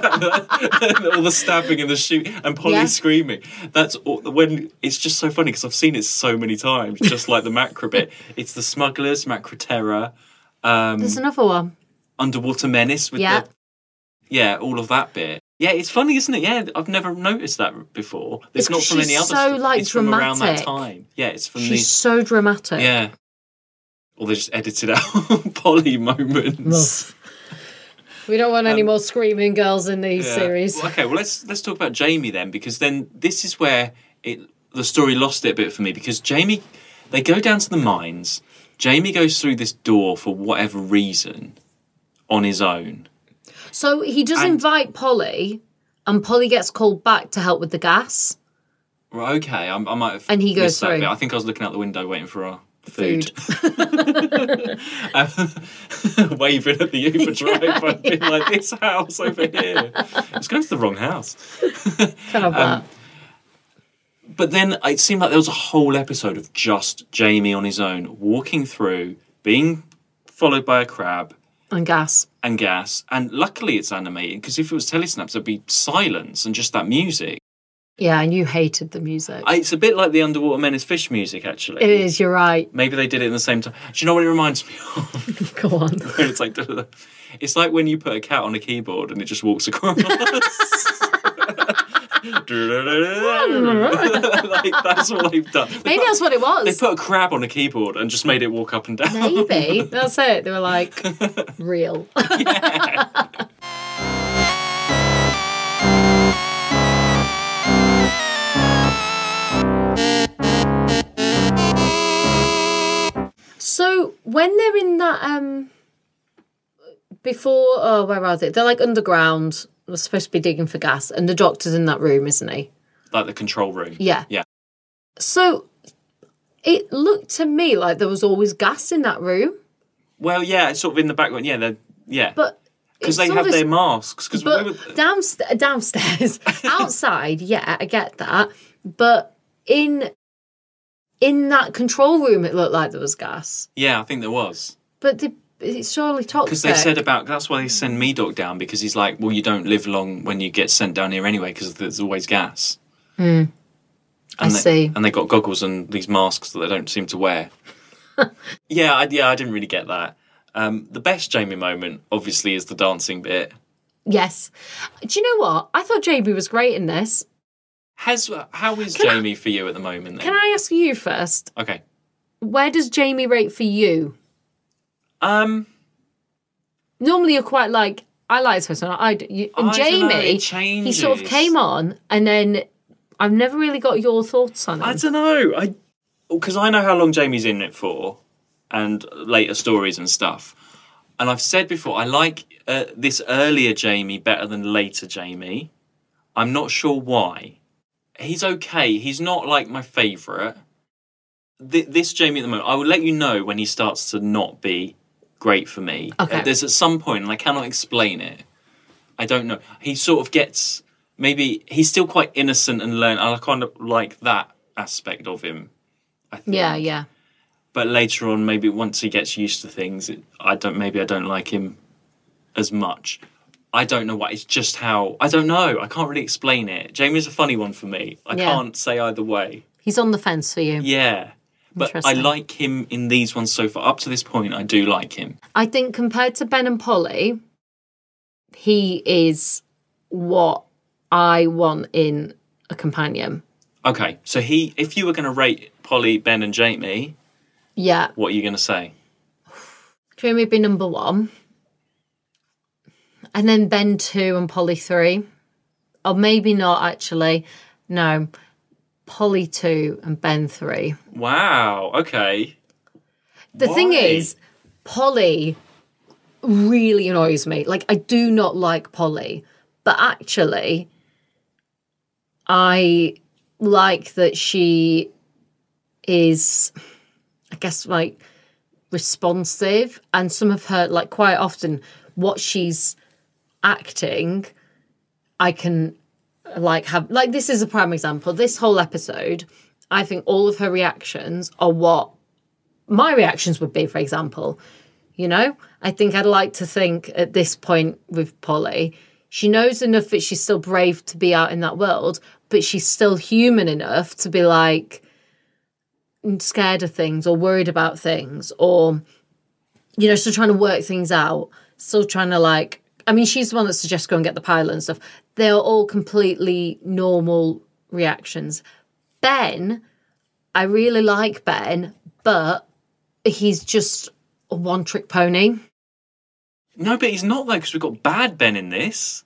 [laughs] And all the stabbing and the shoot and Polly
Yeah.
screaming. That's all, when it's just so funny because I've seen it so many times. Just like the macro bit, it's the smugglers, macro terror,
There's another one.
underwater menace with
Yeah.
the yeah, all of that bit. Yeah, it's funny, isn't it? Yeah, I've never noticed that before. It's,
It's
not
'cause
from
she's
any other.
so,
stuff.
like,
it's from around
dramatic.
that time. Yeah, it's from
She's so dramatic.
the yeah. Or they just edited out [laughs] Polly moments.
Oof. We don't want any more screaming girls in these
Um, Yeah.
series.
Well, okay, well let's let's talk about Jamie then, because then this is where it the story lost it a bit for me because Jamie they go down to the mines. Jamie goes through this door for whatever reason on his own.
So he does
And-
invite Polly, and Polly gets called back to help with the gas.
Right, okay, I, I might have.
And he goes
missed that
through.
bit. I think I was looking out the window waiting for our food, [laughs] waving at the
[laughs]
Uber driver, being like, "This house over here." It's going to the wrong house.
Kind of
Um,
that.
But then it seemed like there was a whole episode of just Jamie on his own walking through, being followed by a crab
and gas.
and gas. And luckily, it's animated because if it was telesnaps, there'd be silence and just that music.
Yeah, and you hated the music.
I- It's a bit like the underwater menace fish music, actually.
it is. You're right. [laughs]
Maybe they did it in the same time. Do you know what it reminds me of? [laughs]
Go on.
it's like [laughs] it's like when you put a cat on a keyboard and it just walks across. [laughs] like, that's what they've done. They
Maybe
put,
that's what it
they
was.
put a crab on a keyboard and just made it walk up and down.
Maybe that's it. They were like real. So when they're in that um before oh where are they? They're like underground. They're supposed to be digging for gas, and the doctor's in that room, isn't he?
[laughs] Like the control room.
Yeah.
Yeah.
So it looked to me like there was always gas in that room,
Well, yeah, it's sort of in the background. Yeah, they're yeah.
but
Because they
it's
have
always-
their masks. Because
but downst- uh, downstairs,
[laughs]
outside, yeah, I get that, but in in that control room, it looked like there was gas,
yeah, I think there was.
but they, it's surely toxic.
Because they said about that's why they send Medoc down because he's like, well, you don't live long when you get sent down here anyway because there's always gas.
Hmm. I
And they,
see.
And they got goggles and these masks that they don't seem
[laughs]
to wear. yeah, I, yeah, I didn't really get that. Um, the best Jamie moment, obviously, is the dancing bit.
Yes. Do you know what? I thought JB was great in this.
Has how is
Can I-
Jamie for you at the moment? Then
Can I ask you first?
okay.
Where does Jamie rate for you?
Um,
normally you're quite like I like this person. I d- you, and
I dunno,
Jamie,
it
he sort of
changes.
came on, and then I've never really got your thoughts on
I
it.
don't know. I because I know how long Jamie's in it for, and later stories and stuff. And I've said before, I like uh, this earlier Jamie better than later Jamie. I'm not sure why. He's okay. He's not like my favourite. Th- this Jamie at the moment, I will let you know when he starts to not be great for me.
Okay.
Uh, There's at some point, and I cannot explain it. I don't know. He sort of gets maybe he's still quite innocent and learned, and I kind of like that aspect of him. I think.
Yeah, yeah.
But later on, maybe once he gets used to things, it, I don't. Maybe I don't like him as much. I don't know why. It's just how I don't know. I can't really explain it. Jamie's a funny one for me. I
Yeah.
can't say either way.
He's on the fence for you.
Yeah. But I
Interesting.
like him in these ones so far. Up to this point, I do like him.
I think compared to Ben and Polly, he is what I want in a companion.
Okay, so he. If you were going to rate Polly, Ben, and Jamie,
Yeah,
what are you going to say?
Jamie would be number one, and then Ben two and Polly three, or maybe not actually. No, Polly two and Ben three.
Wow. Okay.
The thing
Why?
is, Polly really annoys me. Like, I do not like Polly, but actually, I like that she is, I guess, like responsive. And some of her, like, quite often, what she's acting, I can like have like this is a prime example this whole episode i think all of her reactions are what my reactions would be for example you know i think i'd like to think at this point with polly she knows enough that she's still brave to be out in that world but she's still human enough to be like mm, scared of things or worried about things or you know still trying to work things out still trying to like i mean she's the one that suggests go and get the pilot and stuff they're all completely normal reactions ben i really like ben but he's just a one trick pony
No, but he's not though, because we've got bad Ben in this.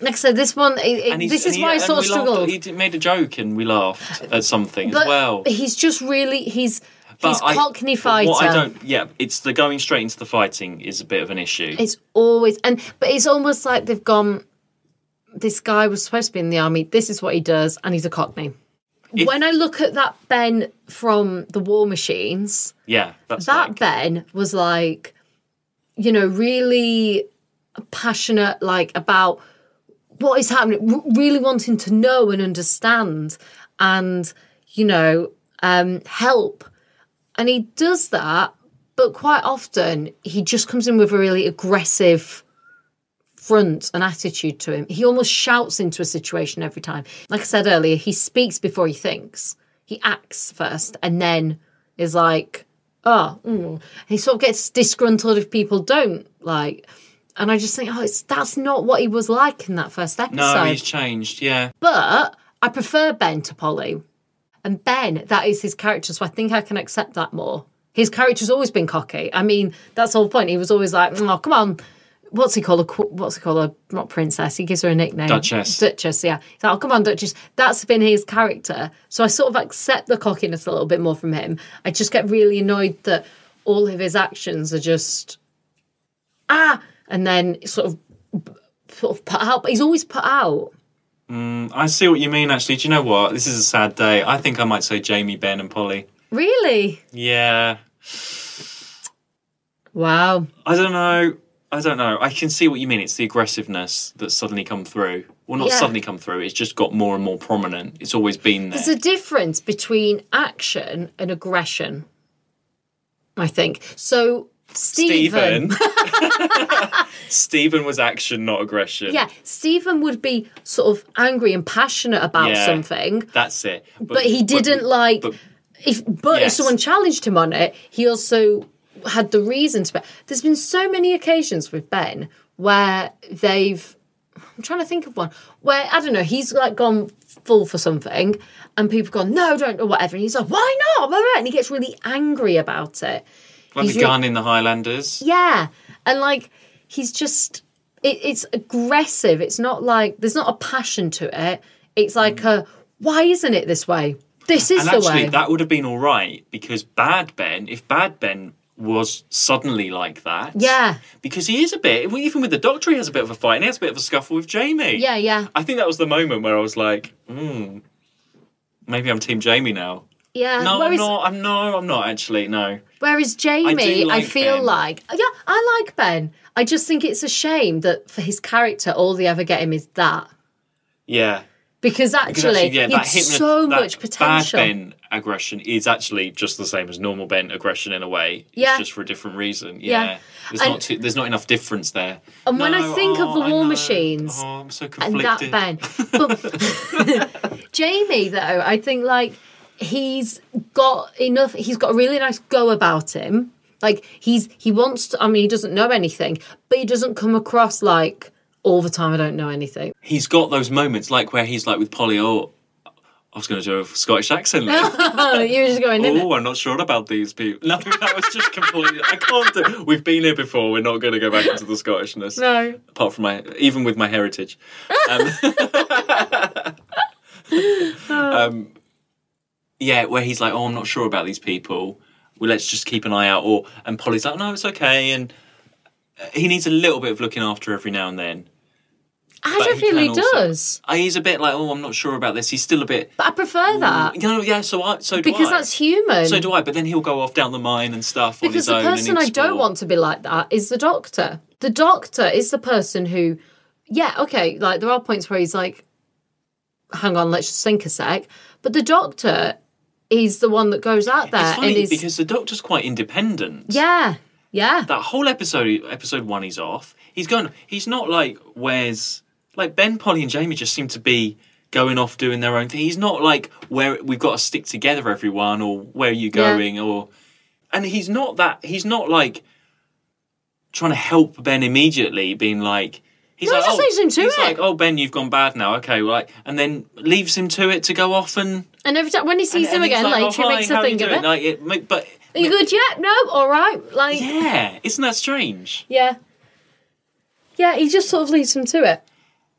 like i said this one it- it-
And he's,
this is
and he-
why i
and
sort of
we laughed-
struggled
He did- made a joke and we laughed at something as
but
well.
he's just really he's
But
he's
I-
cockney fighter
What I don't, yeah, it's the going straight into the fighting is a bit of an issue.
It's always and but it's almost like they've gone. This guy was supposed to be in the army. This is what he does, and he's a cockney.
If-
when I look at that Ben from the War Machines,
yeah, that's
that
like-
Ben was like, you know, really passionate, like about what is happening, r- really wanting to know and understand, and you know, um, help. And he does that, but quite often he just comes in with a really aggressive front and attitude to him. He almost shouts into a situation every time. Like I said earlier, he speaks before he thinks. He acts first and then is like, oh, mm. and he sort of gets disgruntled if people don't like. And I just think, oh, it's that's not what he was like in that first episode.
no, he's changed. Yeah,
But I prefer Ben to Polly. And Ben, that is his character, so I think I can accept that more. His character's always been cocky. I mean, that's the whole point. He was always like, oh, come on. What's he called? A, qu- what's he called? A, not princess. He gives her a nickname.
Duchess.
Duchess, yeah. He's like, oh, come on, Duchess. That's been his character. So I sort of accept the cockiness a little bit more from him. I just get really annoyed that all of his actions are just, ah, and then sort of, sort of put out. But he's always put out.
I see what you mean. Actually, do you know what? This is a sad day. I think I might say Jamie, Ben, and Polly.
Really?
Yeah,
Wow.
I don't know. I don't know. I can see what you mean. It's the aggressiveness that's suddenly come through. Well, not
Yeah.
suddenly come through. It's just got more and more prominent. It's always been there.
There's a difference between action and aggression, I think. So, Stephen.
Stephen. [laughs] Stephen was action, not aggression.
Yeah, Stephen would be sort of angry and passionate about
Yeah.
something,
That's it.
but he didn't like.
but-
if but if
Yes.
someone challenged him on it, he also had the reason to. Be, there's been so many occasions with Ben where they've. I'm trying to think of one where I don't know. He's like gone full for something, and people gone no, don't or whatever, and he's like, why not? Blah, blah, blah, And he gets really angry about it.
Like
he's
the
re-
gun in the Highlanders.
Yeah, and like he's just it, it's aggressive. It's not like there's not a passion to it. It's like a why isn't it this way? This is
Mm. And
the
actually,
way.
that would have been all right because Bad Ben, if Bad Ben was suddenly like that,
Yeah.
because he is a bit. Even with the Doctor, he has a bit of a fight, and he has a bit of a scuffle with Jamie.
yeah, yeah.
I think that was the moment where I was like, hmm, maybe I'm Team Jamie now.
Yeah.
no, I'm
whereas,
not. I'm no, I'm not actually. No,
whereas Jamie, I,
do like
feel
Ben.
like yeah, I like Ben. I just think it's a shame that for his character, all they ever get him is that.
yeah.
Because
Because
actually,
yeah,
he had
hypno-
so
that
much potential.
Bad Ben aggression is actually just the same as normal Ben aggression in a way.
Yeah.
It's just for a different reason.
Yeah.
Yeah. There's
And-
not too, there's not enough difference there. oh,
And when I think of the
I
war
know.
machines
oh, I'm so
and
conflicted.
that Ben.
[laughs]
But [laughs] Jamie, though, I think like he's got enough. He's got a really nice go about him. Like he's he wants to. I mean, he doesn't know anything, but he doesn't come across like all the time. I don't know
[laughs]
anything.
He's got those moments like where he's like with Polly. Oh, I was going to do a Scottish
[laughs]
accent. [laughs] then.
Oh, you're just going in.
Oh, I'm not sure about these people. [laughs] No, that was just completely. I can't do. We've been here before. We're not going to go back into the Scottishness.
No.
Apart from my, even with my heritage. Um,
[laughs]
um, yeah, where he's like, oh, I'm not sure about these people. well, let's just keep an eye out. Or and Polly's like, no, it's okay. And uh, he needs a little bit of looking after every now and then.
I
But
don't
he
feel he
can also-
does.
Uh, He's a bit like, oh, I'm not sure about this. He's still a bit.
But I prefer that
You know, yeah. So I. So do
because
I.
that's human.
Mm, So do I. But then he'll go off down the mine and stuff
because
on
the
his own.
person
and
I don't
explore.
want to be like that is the doctor. The doctor is the person who, yeah, okay, like there are points where he's like, hang on, let's just think a sec. But the doctor is the one that goes out there
It's funny
and is.
because the doctor's quite independent.
yeah, yeah.
that whole episode episode one he's off he's gone he's not like where's like ben polly and jamie just seem to be going off doing their own thing he's not like where we've got to stick together everyone or where are you
Yeah.
going or and he's not that he's not like trying to help ben immediately being like he's
No, he
like,
just
oh,
leaves him to
he's
it.
like oh ben you've gone bad now okay well, like and then leaves him to it to go off and
and every time when he
and-
sees him
and he's
again
like,
later,
oh,
he
hi,
makes
how
a
are you
thing of
doing?
it.
Like, it ma- but
Are you good yet? No, all right. Like, yeah.
yeah isn't that strange
yeah. he just sort of leaves him to it.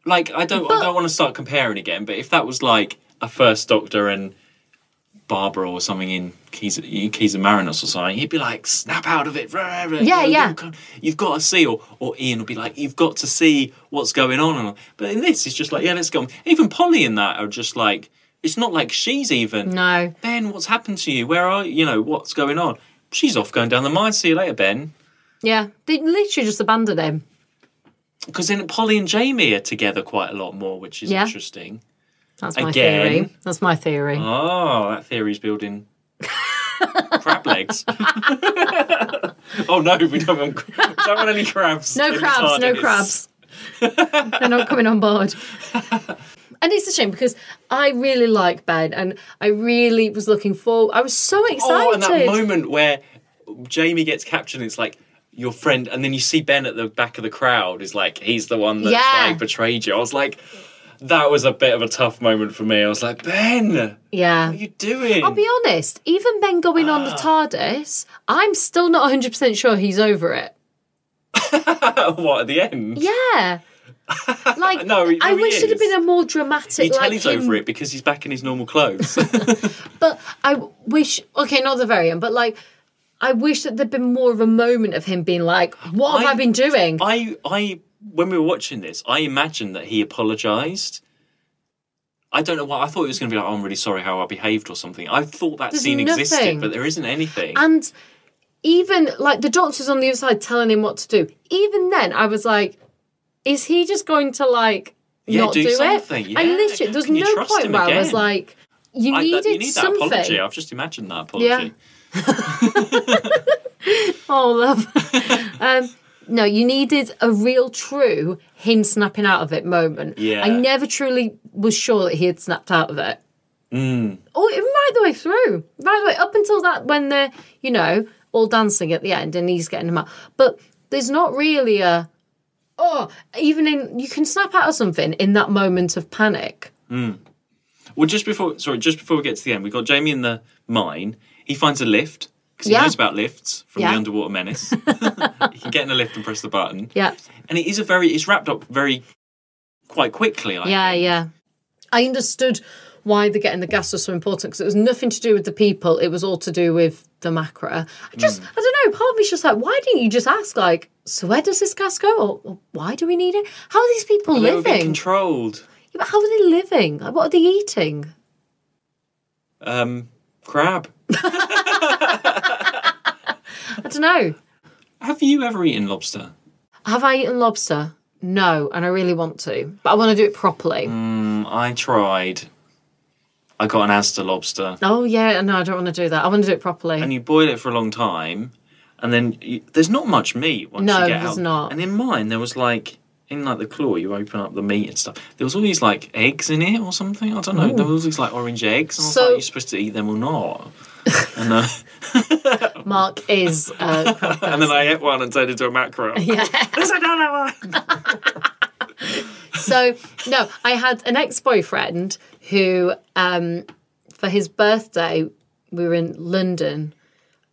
like I don't I don't want to start comparing again, but if that was like a first Doctor and Barbara or something in Keys Keys of Marinos or something, he'd be like, snap out of it, rah, rah,
Yeah, yeah.
you've got- You've got to see, or or Ian will be like, you've got to see what's going on. And all. But in this, it's just like, yeah, let's go. On. Even Polly in that are just like, it's not like she's even.
No.
Ben, what's happened to you? Where are you? You know what's going on? She's off going down the mine. See you later, Ben.
Yeah. They literally just abandoned him.
Because then Polly and Jamie are together quite a lot more, which is
Yeah.
interesting.
That's my
Again.
theory. That's my theory.
Oh, that
[laughs]
theory's building crab legs. [laughs] oh no, we don't want, we don't want any crabs. in
No
the
crabs, no
TARDIS. [laughs]
crabs. They're not coming on board. And it's a shame because I really like Ben and I really was looking forward. I was so excited.
Oh, and that moment where Jamie gets captured, and it's like your friend, and then you see Ben at the back of the crowd is like he's the one that
Yeah.
like, betrayed you. I was like, that was a bit of a tough moment for me. I was like, Ben, what
yeah.
are you Ah. doing?
I'll be honest, even Ben going on the TARDIS, I'm still not 100% sure he's over it.
[laughs] what at the end? [laughs]
Yeah. Like,
No, he-
I
no, he
wish it had
is.
been a more dramatic.
You tell
like
he's
him
over it because he's back in his normal clothes.
But I wish, okay, not the very end, but like, I wish that there'd been more of a moment of him being like, "What have I,
I-
been doing?"
I I when we were watching this, I imagined that he apologized. I don't know why. I thought it was going to be like, oh, "I'm really sorry how I behaved" or something. I thought that
There's
scene
nothing.
existed, but there isn't anything.
and even like the doctor's on the other side telling him what to do. Even then, I was like, "Is he just going to like
Yeah,
not
do
do,
something,
it?"
yeah.
I literally there's
Can you
no
trust
point
him
where I was
again?
like, "You
I,
needed
that, you need that
something."
apology. I've just imagined that apology.
Yeah. Oh, love. [laughs] um, no, you needed a real, true him snapping out of it moment.
Yeah.
I never truly was sure that he had snapped out of it. Oh, it- right the way through, right the way up until that when they're you know all dancing at the end and he's getting them out. But there's not really a oh even in you can snap out of something in that moment of panic.
Well, just before sorry, just before we get to the end, we got Jamie in the mine. He finds a lift because he
Yeah.
knows about lifts from
Yeah.
the Underwater
[laughs]
Menace. he can get in a lift and press the button.
Yeah.
And it is a very it's wrapped up very quite quickly. I
Yeah,
think.
yeah. I understood why the getting the gas was so important because it was nothing to do with the people; it was all to do with the macra. I just,
Hmm.
I don't know. Part of me's just like, why didn't you just ask? Like, so where does this gas go, or, or why do we need it? How are these people
They were being
living?
controlled.
Yeah, but how are they living? Like, what are they eating?
Um, crab.
I don't know.
Have you ever eaten lobster?
Have I eaten lobster? No, and I really want to, but I want to do it properly.
Hmm. I tried. I got an Asda lobster,
Oh yeah, no, I don't want to do that. I want to do it properly.
and you boil it for a long time, and then you, there's not much meat once
No,
you get
there's
out.
not.
And in mine, there was like in like the claw, you open up the meat and stuff. There was all these like eggs in it or something. I don't know. There was all these like orange eggs. And I was
So-
like, you're supposed to eat them
[laughs]
or not. And, uh, [laughs]
Mark is. Uh, [laughs] crap
and then
person.
I ate one and turned into a mackerel. [laughs]
Yeah.
There's another one.
So no, I had an ex-boyfriend who, um, for his birthday, we were in London,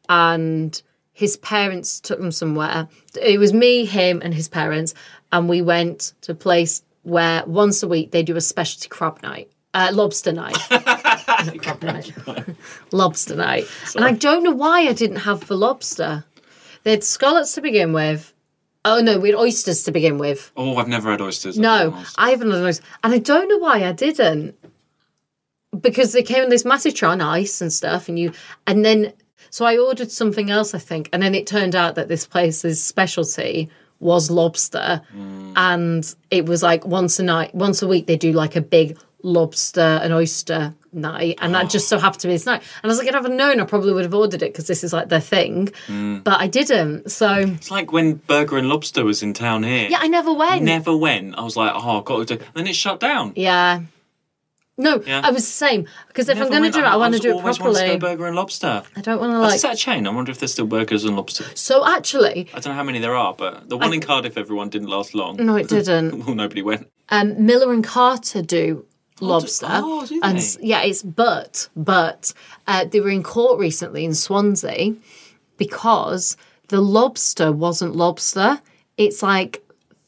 and his parents took them somewhere. It was me, him, and his parents, and we went [laughs] to a place where once a week they do a specialty crab night, uh, lobster night. crab night. lobster night. And I don't know why I didn't have the lobster. They had scallops to begin with. Oh no, we had oysters to begin with.
Oh, I've never had oysters.
No, I haven't had an oyster. And I don't know why I didn't. Because they came in this massive tray on ice and stuff, and you and then so I ordered something else, I think, and then it turned out that this place's specialty was lobster. And it was like once a night once a week they do like a big lobster and oyster night. And that just so happened to be this night. And I was like, I'd have known I probably would have ordered it because this is like their thing. But I didn't. So
It's like when Burger and Lobster was in town here.
yeah, I never went.
never went. I was like, oh, I've got to do. And then it shut down.
Yeah. No,
Yeah.
I was the same. Because if
Never
I'm going to
went.
do it, I want to
just
do it
always wanted to
properly.
go Burger and Lobster.
I don't want to
Like,
like.
Is that a chain? I wonder if there's still burgers and lobster.
So actually,
I don't know how many there are, but the one in Cardiff, everyone didn't last long.
no, it didn't.
[laughs] Well, nobody went.
Um, Miller and Carter do lobster,
oh, do
and
they?
s- yeah, it's but but uh, they were in court recently in Swansea because the lobster wasn't lobster. It's like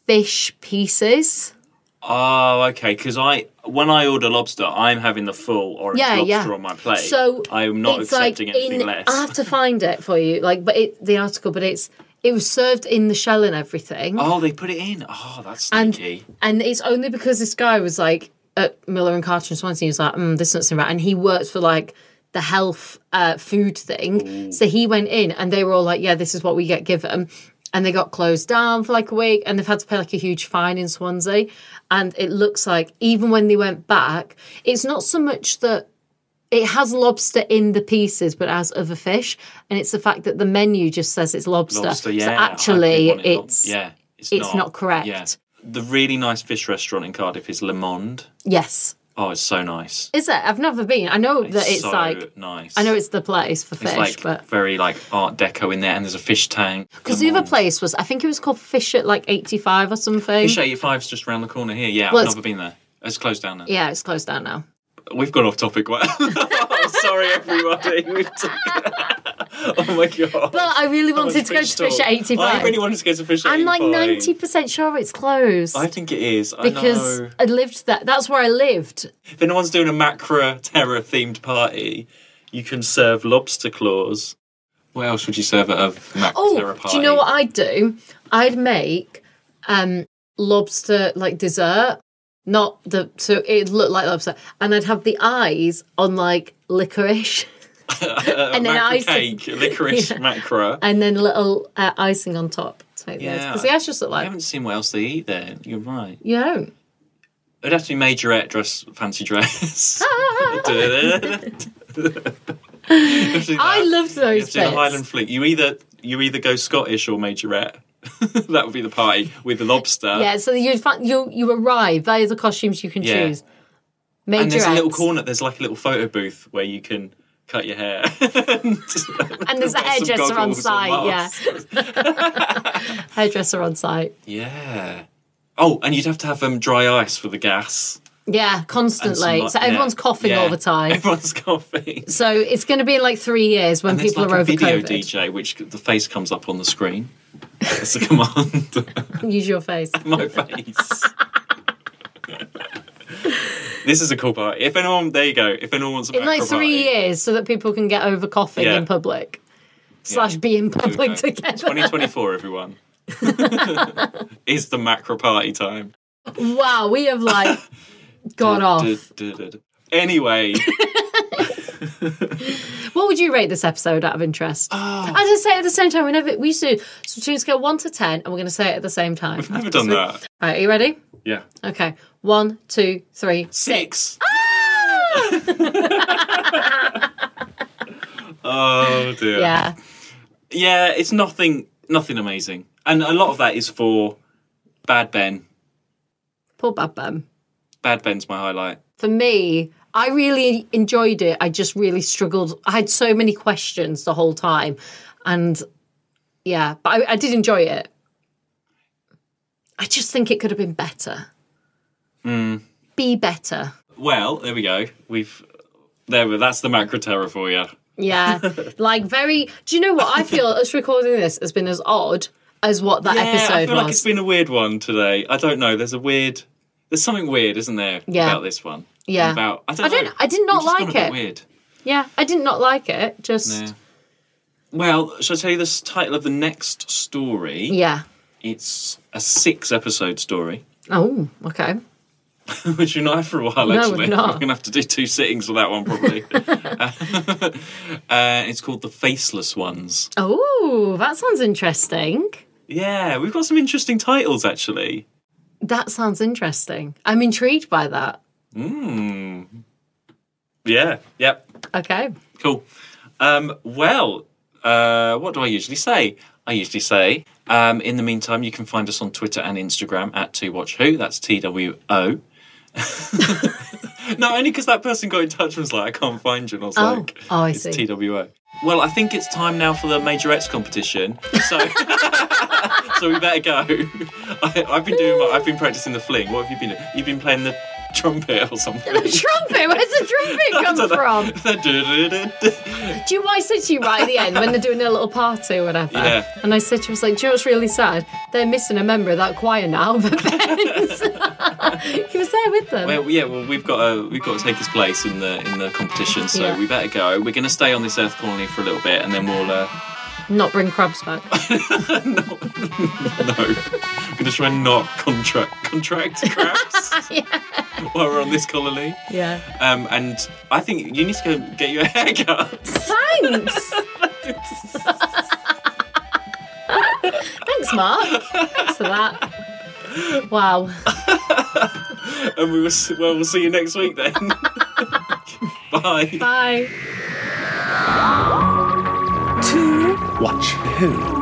fish pieces.
Oh, okay. Because I, when I order lobster, I'm having the full orange
Yeah,
lobster
yeah.
on my plate.
So
I am not
it's
accepting
like
anything
in,
less.
I have to find it for you, like, but it, the article, but it's it was served in the shell and everything.
Oh, they put it in. Oh, that's
And-
sneaky.
And it's only because this guy was like at Miller and Carter and Swansea, he was like, mm, this doesn't seem right. And he works for like the health uh, food thing. So he went in and they were all like, yeah, this is what we get given. And they got closed down for like a week and they've had to pay like a huge fine in Swansea. And it looks like even when they went back, it's not so much that it has lobster in the pieces, but it has other fish. And it's the fact that the menu just says it's lobster.
lobster. Yeah,
so
I didn't
actually,
want it.
it's
yeah, it's,
it's not correct.
Yeah. The really nice fish restaurant in Cardiff is Le Monde.
yes.
Oh, it's so nice.
Is it? I've never been. I know that it's
so
like
nice.
I know it's the place for
It's
fish,
like
but
very like Art Deco in there, and there's a fish tank.
because
Le
the other
Monde.
place was I think it was called Fish at like eighty five or something.
Fish 85's just around the corner here. Yeah,
Well,
I've
it's-
never been there. It's closed down now.
yeah, it's closed down now.
We've gone off topic. [laughs] Well, sorry, everybody. [laughs] We've t- oh my god.
But I really wanted to go to Fish at eighty
I
five.
really wanted to go to Fish at
I'm like
85.
ninety percent sure it's closed
I think it is. I
because
know.
I lived that. That's where I lived.
If anyone's doing a Macra Terror themed party, you can serve lobster claws. What else would you serve at a Macra Terror
Oh,
party?
do you know what I'd do? I'd make um lobster like dessert, not the so it looked like lobster, and I'd have the eyes on like licorice.
[laughs] Uh,
and then
macra
icing. [laughs]
cake, licorice macra.
and then little uh, icing on top to make yeah.
Yeah.
because the eyes just look
I
like
haven't seen what else they eat there. You're right.
you know.
It'd have to be majorette dress,
[laughs]
fancy dress.
Ah. I loved
you
those
have
bits.
to do the Highland fleet. You either you either go Scottish or majorette. [laughs] that would be the party with the lobster.
yeah, so you'd find you you arrive. They are the costumes you can
Yeah.
choose. Major
and there's a little corner. There's like a little photo booth where you can cut
[laughs]
your hair. and
and there's a hairdresser on site. Yeah, [laughs]
[laughs]
hairdresser on site.
Yeah. Oh, and you'd have to have um, dry ice for the gas.
Yeah,
and some,
constantly.
like-
So
yeah,
everyone's coughing
yeah.
all the time.
Everyone's
[laughs]
coughing.
So it's going to be in like three years when
And
people
there's
are
like a
over
video
COVID.
DJ, which the face comes up on the screen. That's the
[laughs]
command. [laughs]
Use your face.
my face. this is a cool party. If anyone, there you go. If anyone wants a
in like
macro
three
party,
years, so that people can get over coughing
Yeah.
in public, slash be in
there we
public
go.
together. [laughs]
2024, everyone. is the macro party time.
Wow, we have like gone off.
Du- du- du- du.
[laughs]
Anyway,
What would you rate this episode out of interest? I just say it at the same time. We never we used to so between scale one to ten, and we're going to say it at the same
[laughs]
time.
I've never
[laughs]
done that.
Right, are you ready?
Yeah.
Okay, one, two, three.
Six. Ah! [laughs] oh dear.
Yeah,
Yeah, it's nothing nothing amazing. And a lot of that is for Bad Ben.
poor Bad Ben.
Bad Ben's my highlight.
For me, I really enjoyed it. I just really struggled. I had so many questions the whole time, and yeah, but I, I did enjoy it. I just think it could have been better. Be better.
Well, there we go. We've there. we- That's the macro terror for you. [laughs]
Yeah. like very do you know what I feel us recording this has been as odd as what that
Yeah,
episode
I feel
was.
like it's been a weird one today. I don't know. There's a weird There's something weird, isn't there,
Yeah.
about this one?
Yeah.
About I don't.
I don't-
know.
I did not
We've just gone
like
a bit
it.
Weird.
Yeah, I did not like it. Just
Yeah. Well, shall I tell you the s- title of the next story?
yeah.
It's a six-episode story, [laughs]
Oh, okay.
which we're not have for a while.
No, we're
actually,
not.
gonna have to do two sittings for that
[laughs]
one probably. [laughs] uh, it's called the Faceless Ones.
Oh, that sounds interesting.
Yeah, we've got some interesting titles actually.
That sounds interesting. I'm intrigued by that.
Hmm. Yeah. Yep.
Okay. [laughs]
Cool. Um, well, uh, what do I usually say? I usually say, um, in the meantime, you can find us on Twitter and Instagram at To Watch Who. That's T W O. [laughs] no, only because that person got in touch and was like, I can't find you. And I was
Oh.
like,
Oh, I
it's
see.
TWO. Well, I think it's time now for the majorettes competition. So, [laughs] so we better go. [laughs] I, I've been doing. My, I've been practicing the fling. What have you been? doing? You've been playing the trumpet or something.
The trumpet. Where's the trumpet
[laughs] I
come
don't know. [laughs]
from?
Du-du-du-du.
Do you know what I said to you right at the end when they're doing their little party or whatever?
Yeah.
And I said to you, I was like, do you know what's really sad? They're missing a member of that choir now, the [laughs] Benz. [laughs] he was there with them.
Well, yeah, well, we've got to we've got to take his place in the in the competition, so
Yeah.
we better go. We're going to stay on this Earth colony for a little bit, and then we'll uh, [laughs]
Not bring crabs back.
no, we're going to try and not contract contract crabs while we're on this colony.
Yeah.
Um, and I think you need to go get your [laughs] hair cut.
Thanks. [laughs] Thanks, Mark. Thanks for that. Wow.
and we will s- well, we'll see you next week then. [laughs] Bye.
Bye.
Watch Who.